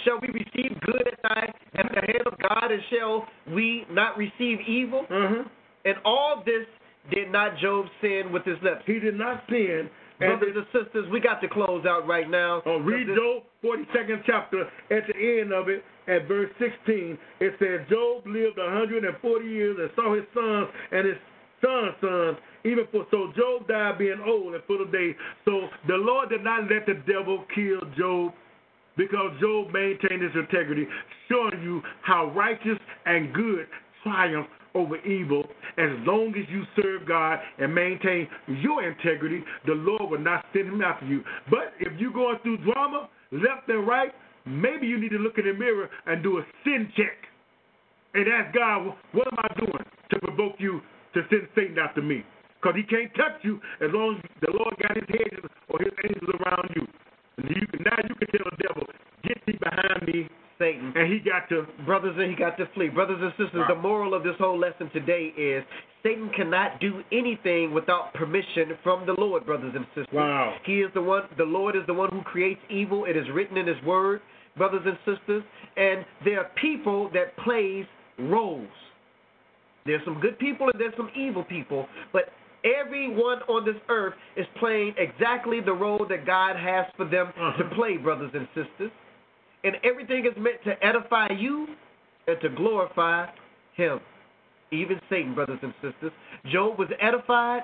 Speaker 3: Shall we receive good at thy at the hand of God, and shall we not receive evil?
Speaker 4: uh-huh.
Speaker 3: And all this did not Job sin with his lips.
Speaker 4: He did not sin. And
Speaker 3: Brothers and sisters, we got to close out right now.
Speaker 4: Uh, read
Speaker 3: This-
Speaker 4: Job 42nd chapter at the end of it at verse 16. It says, Job lived 140 years and saw his sons and his sons' sons, even for so Job died being old and full of days. So the Lord did not let the devil kill Job because Job maintained his integrity, showing you how righteous and good triumph over evil, as long as you serve God and maintain your integrity, the Lord will not send him after you. But if you're going through drama, left and right, maybe you need to look in the mirror and do a sin check and ask God, what am I doing to provoke you to send Satan after me? Because he can't touch you as long as the Lord got his hedges or his angels around you. And you can, now you can tell the devil, get thee behind me,
Speaker 3: Satan.
Speaker 4: and he got to
Speaker 3: Brothers, and he got to flee. Brothers and sisters, the moral of this whole lesson today is Satan cannot do anything without permission from the Lord, brothers and sisters.
Speaker 4: Wow.
Speaker 3: He is the one, the Lord is the one who creates evil. It is written in his word, brothers and sisters. And there are people that plays roles. There's some good people and there's some evil people, but everyone on this earth is playing exactly the role that God has for them
Speaker 4: Mm-hmm.
Speaker 3: to play, brothers and sisters. And everything is meant to edify you and to glorify him. Even Satan, brothers and sisters. Job was edified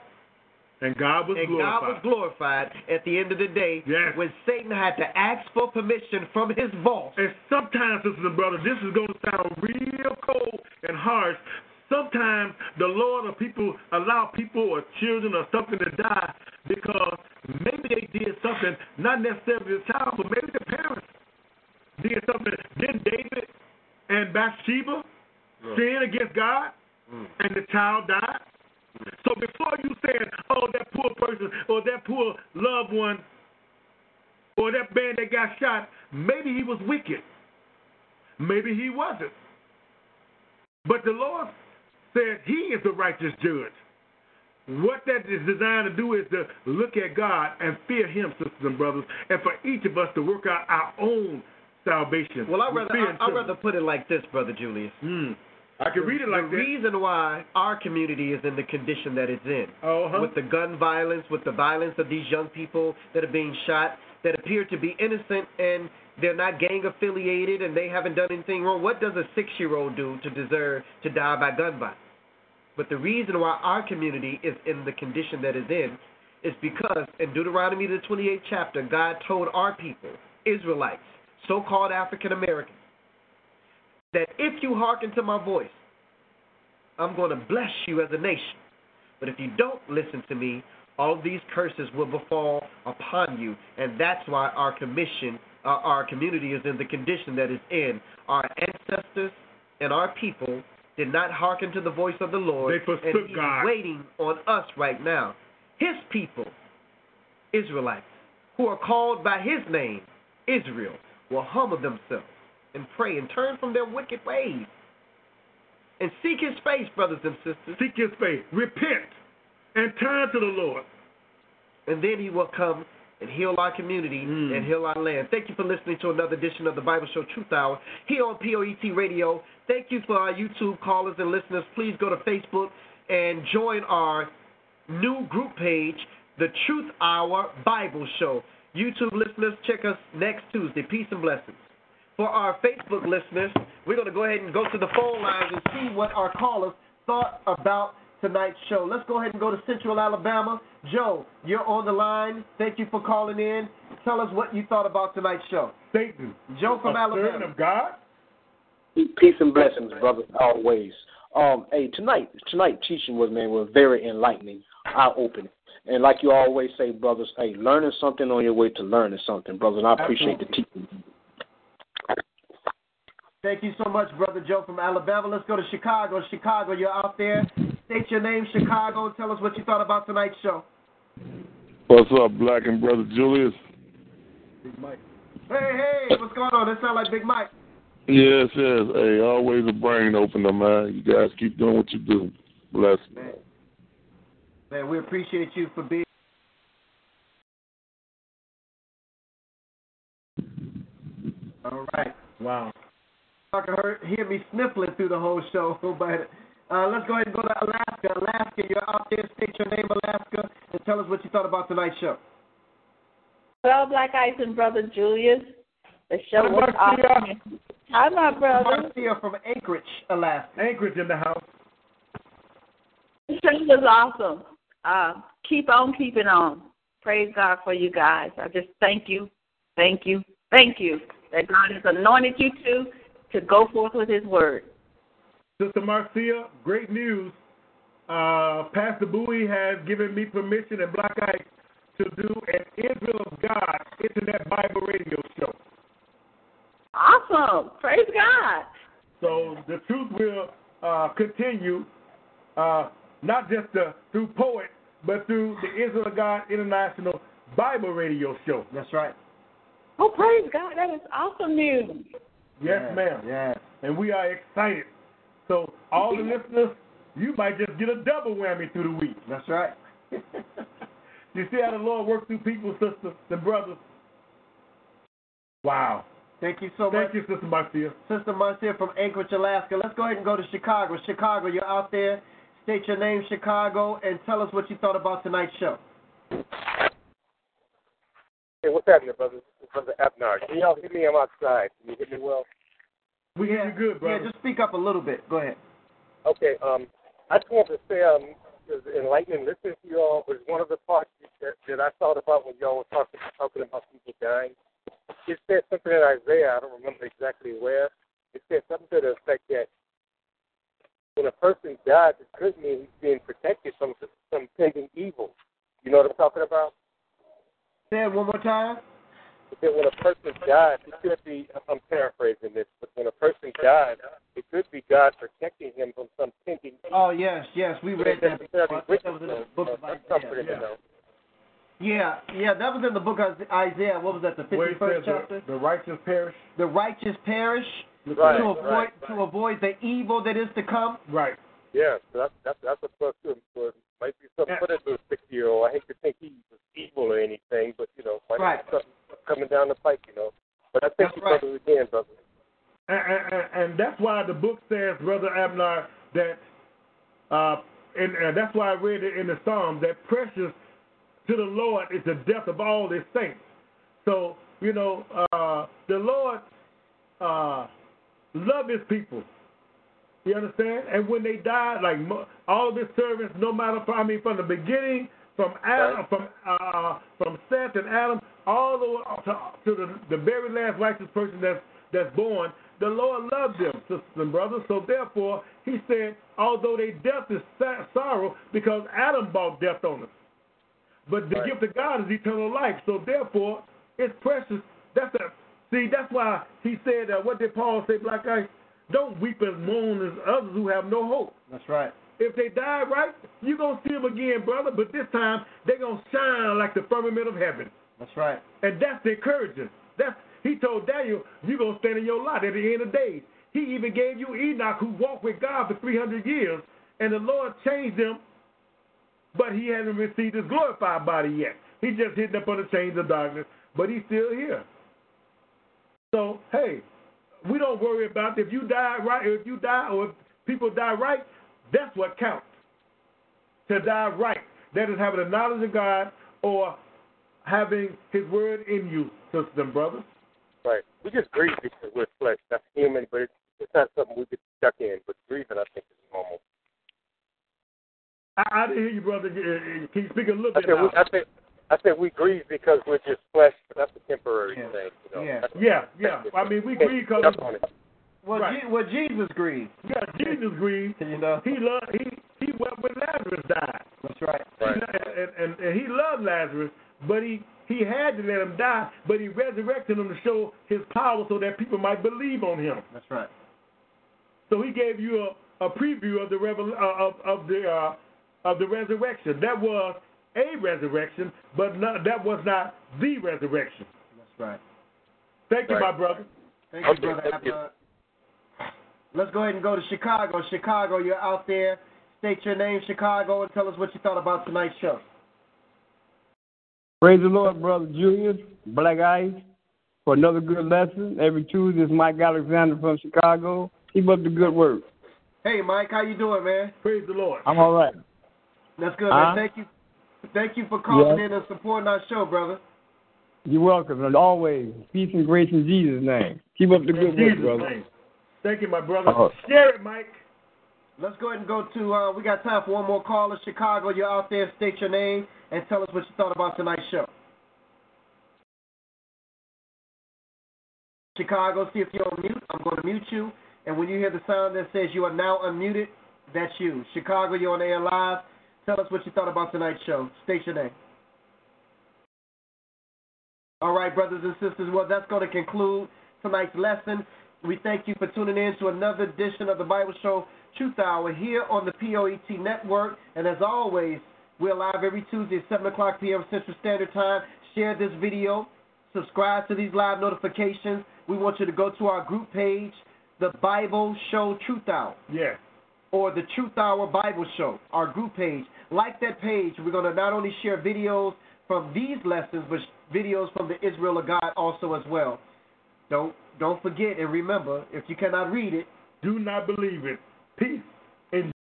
Speaker 4: and God was
Speaker 3: and
Speaker 4: glorified.
Speaker 3: God was glorified at the end of the day
Speaker 4: Yes.
Speaker 3: when Satan had to ask for permission from his boss.
Speaker 4: and sometimes, sisters and brothers, this is going to sound real cold and harsh. Sometimes the Lord or people allow people or children or something to die because maybe they did something, not necessarily the child, but maybe the parents did something. Didn't David and Bathsheba sin against God and the child died? So before you saying, oh, that poor person or that poor loved one or that man that got shot, maybe he was wicked. Maybe he wasn't. But the Lord said he is the righteous judge. What that is designed to do is to look at God and fear him, sisters and brothers, and for each of us to work out our own salvation.
Speaker 3: Well, I'd
Speaker 4: with
Speaker 3: rather,
Speaker 4: fear and
Speaker 3: I, I'd
Speaker 4: trembling.
Speaker 3: rather put it like this, Brother Julius.
Speaker 4: Mm. I can read it like
Speaker 3: the
Speaker 4: that.
Speaker 3: reason why our community is in the condition that it's in,
Speaker 4: Uh-huh.
Speaker 3: with the gun violence, with the violence of these young people that are being shot, that appear to be innocent and they're not gang affiliated and they haven't done anything wrong. What does a six year old do to deserve to die by gun violence? But the reason why our community is in the condition that it's in is because in Deuteronomy the 28th chapter, God told our people, Israelites, so called African Americans, that if you hearken to my voice, I'm going to bless you as a nation. But if you don't listen to me, all these curses will befall upon you. And that's why our commission, uh, our community is in the condition that it's in. Our ancestors and our people did not hearken to the voice of the Lord.
Speaker 4: They forsook
Speaker 3: and he's
Speaker 4: God.
Speaker 3: waiting on us right now. His people, Israelites, who are called by his name, Israel, will humble themselves and pray and turn from their wicked ways and seek his face, brothers and sisters.
Speaker 4: Seek his face, repent, and turn to the Lord.
Speaker 3: and then he will come and heal our community
Speaker 4: Mm.
Speaker 3: and heal our land. Thank you for listening to another edition of the Bible Show Truth Hour here on POET Radio. Thank you for our YouTube callers and listeners. Please go to Facebook and join our new group page, The Truth Hour Bible Show. YouTube listeners, check us next Tuesday. Peace and blessings. For our Facebook listeners, we're going to go ahead and go to the phone lines and see what our callers thought about tonight's show. Let's go ahead and go to Central Alabama. Joe, you're on the line. Thank you for calling in. Tell us what you thought about tonight's show.
Speaker 4: Satan,
Speaker 3: Joe from
Speaker 4: a servant
Speaker 3: Alabama.
Speaker 4: of God.
Speaker 5: Peace and blessings, brothers, always. Um, hey, tonight, tonight teaching was man was very enlightening, eye opening, and like you always say, brothers, hey, learning something on your way to learning something, brothers. And I appreciate the teaching.
Speaker 3: Thank you so much, Brother Joe from Alabama. Let's go to Chicago. Chicago, you're out there. State your name, Chicago, and tell us what you thought about tonight's show.
Speaker 6: What's up, Black and Brother Julius?
Speaker 3: Hey, hey, what's going on? That sound like Big Mike.
Speaker 6: Yes, yes. Hey, always a brain opener, man. You guys keep doing what you do. Bless.
Speaker 3: Man, we appreciate you for being. All right.
Speaker 4: Wow.
Speaker 3: I can hear, hear me sniffling through the whole show, but uh, let's go ahead and go to Alaska. Alaska, you're out there. State your name, Alaska, and tell us what you thought about tonight's show.
Speaker 7: Hello, Black Eyes and Brother Julius. The show
Speaker 4: Hi,
Speaker 7: was
Speaker 4: Marcia.
Speaker 7: awesome. Hi, my brother.
Speaker 3: Marcia from Anchorage, Alaska.
Speaker 4: Anchorage in the house.
Speaker 7: The show was awesome. Uh, keep on keeping on. Praise God for you guys. I just thank you, thank you, thank you that God has anointed you to to go forth with His word.
Speaker 4: Sister Marcia, great news. Uh, Pastor Bowie has given me permission and Black Eye to do an Israel of God Internet Bible radio show.
Speaker 7: Awesome. Praise God.
Speaker 4: So the truth will uh, continue, uh, not just uh, through poet, but through the Israel of God International Bible Radio Show.
Speaker 3: That's right.
Speaker 7: Oh, praise God. That is awesome news.
Speaker 4: Yes, ma'am.
Speaker 3: Yes.
Speaker 4: And we are excited. So all the listeners, you might just get a double whammy through the week.
Speaker 3: That's right.
Speaker 4: You see how the Lord works through people, sisters and brothers. Wow.
Speaker 3: Thank you so much.
Speaker 4: Thank you, Sister Marcia.
Speaker 3: Sister Marcia from Anchorage, Alaska. Let's go ahead and go to Chicago. Chicago, you're out there. State your name, Chicago, and tell us what you thought about tonight's show.
Speaker 8: Hey, what's happening, brother? This is Brother Abner. Can y'all hear me? I'm outside. Can you hear me well?
Speaker 4: We hear you good, brother.
Speaker 3: Yeah, just speak up a little bit. Go ahead.
Speaker 8: Okay, um, I just wanted to say um, it was enlightening listening to y'all was one of the parts that, that I thought about when y'all were talking talking about people dying. It said something in Isaiah. I don't remember exactly where. It said something to the effect that when a person dies, it could mean he's being protected from some pagan evil. You know what I'm talking about?
Speaker 3: Say it one more time.
Speaker 8: that when a person dies, it could be, I'm paraphrasing this, but when a person dies, it could be God protecting him from some thinking.
Speaker 3: Oh, yes, yes. We read that. before. I think That was in the book of
Speaker 8: That's
Speaker 3: Isaiah.
Speaker 8: comforting to know.
Speaker 3: Yeah, yeah, that was in the book of Isaiah. What was that, the
Speaker 4: Where it
Speaker 3: 51st
Speaker 4: says
Speaker 3: chapter?
Speaker 4: the, the righteous perish.
Speaker 3: The righteous perish
Speaker 8: Right,
Speaker 3: to, avoid,
Speaker 8: right,
Speaker 3: to avoid the evil that is to come.
Speaker 4: Right.
Speaker 8: Yeah, so that's, that's, that's a plus too. So it might be something
Speaker 4: Yeah.
Speaker 8: for this little six-year-old. I hate to think he was evil or anything, but, you know, might
Speaker 3: Right.
Speaker 8: be something coming down the pike, you know. But I think
Speaker 3: That's
Speaker 8: you
Speaker 3: right.
Speaker 8: brothers again, brother.
Speaker 4: And, and, and- and that's why the book says, Brother Abner, that, uh, and, and that's why I read it in the Psalms, that precious to the Lord is the death of all his saints. So, you know, uh, the Lord uh, love his people. You understand? And when they died, like mo- all of his servants, no matter from I mean, from the beginning, from Adam,
Speaker 8: Right.
Speaker 4: from uh, from Seth and Adam, all the way to, to the, the very last righteous person that's that's born, the Lord loved them, sisters and brothers. So therefore, He said, although they death is sa- sorrow, because Adam bought death on us. But the
Speaker 8: Right.
Speaker 4: gift of God is eternal life. So therefore, it's precious. That's a, see, that's why he said, uh, what did Paul say, Black Ice? Don't weep and moan as others who have no hope.
Speaker 3: That's right.
Speaker 4: If they die right, you're going to see them again, brother, but this time they're going to shine like the firmament of heaven.
Speaker 3: That's right.
Speaker 4: And that's the encouragement. That's he told Daniel, you're gonna stand in your lot at the end of days. He even gave you Enoch who walked with God for three hundred years, and the Lord changed him, but he hasn't received his glorified body yet. He just hidden up on the chains of darkness, but he's still here. So, hey, we don't worry about if you die right if you die or if people die right, that's what counts. To die right. That is having the knowledge of God or having his word in you, sisters and brothers.
Speaker 8: Right. We just grieve because we're flesh. That's human, but it's, it's not something we get stuck in. But grieving, I think, is normal.
Speaker 4: I, I didn't hear you, brother. Uh, uh, Can you speak a little
Speaker 8: I
Speaker 4: bit?
Speaker 8: said, we,
Speaker 4: louder?
Speaker 8: I said, I said we grieve because we're just flesh, but that's a temporary
Speaker 3: Yeah.
Speaker 8: thing. You know?
Speaker 3: Yeah.
Speaker 8: That's-
Speaker 4: yeah, yeah. I mean, we grieve because
Speaker 8: That's on it.
Speaker 3: Well,
Speaker 4: Right.
Speaker 3: Je- well Jesus grieved,
Speaker 4: yeah, Jesus grieved.
Speaker 3: you know.
Speaker 4: He loved. He he wept when Lazarus died,
Speaker 3: That's right.
Speaker 8: Right.
Speaker 4: and, and and he loved Lazarus, but he he had to let him die, but he resurrected him to show his power so that people might believe on him.
Speaker 3: That's right.
Speaker 4: So he gave you a, a preview of the revel, uh, of of the uh, of the resurrection. That was a resurrection, but no, that was not the resurrection.
Speaker 3: That's right.
Speaker 4: Thank you,
Speaker 8: Right.
Speaker 4: my brother.
Speaker 3: Thank you,
Speaker 8: Okay,
Speaker 3: brother.
Speaker 8: thank you.
Speaker 3: Abner. Let's go ahead and go to Chicago. Chicago, you're out there. State your name, Chicago, and tell us what you thought about tonight's show.
Speaker 6: Praise the Lord, Brother Julius, Black Ice, for another good lesson. Every Tuesday is Mike Alexander from Chicago. Keep up the good work.
Speaker 3: Hey, Mike, how you doing, man?
Speaker 4: Praise the Lord.
Speaker 6: I'm all right.
Speaker 3: That's good, man.
Speaker 6: Huh?
Speaker 3: Thank you, thank you for calling
Speaker 6: Yes.
Speaker 3: in and supporting our show, brother.
Speaker 6: You're welcome. And always, peace and grace in Jesus' name. Keep up the
Speaker 4: In
Speaker 6: good
Speaker 4: Jesus'
Speaker 6: work, brother.
Speaker 4: name. Thank you, my brother.
Speaker 6: Uh-huh.
Speaker 4: Share it, Mike.
Speaker 3: Let's go ahead and go to. Uh, we got time for one more caller. Chicago, you're out there. State your name and tell us what you thought about tonight's show. Chicago, see if you're on mute. I'm going to mute you. And when you hear the sound that says you are now unmuted, that's you. Chicago, you're on air live. Tell us what you thought about tonight's show. State your name. All right, brothers and sisters. Well, that's going to conclude tonight's lesson. We thank you for tuning in to another edition of the Bible Show Truth Hour here on the POET Network. And as always, we're live every Tuesday at 7 o'clock p.m. Central Standard Time. Share this video. Subscribe to these live notifications. We want you to go to our group page, the Bible Show Truth Hour.
Speaker 4: Yeah.
Speaker 3: Or the Truth Hour Bible Show, our group page. Like that page. We're going to not only share videos from these lessons, but videos from the Israel of God also as well. Don't don't forget and remember, if you cannot read it,
Speaker 4: do not believe it. Peace.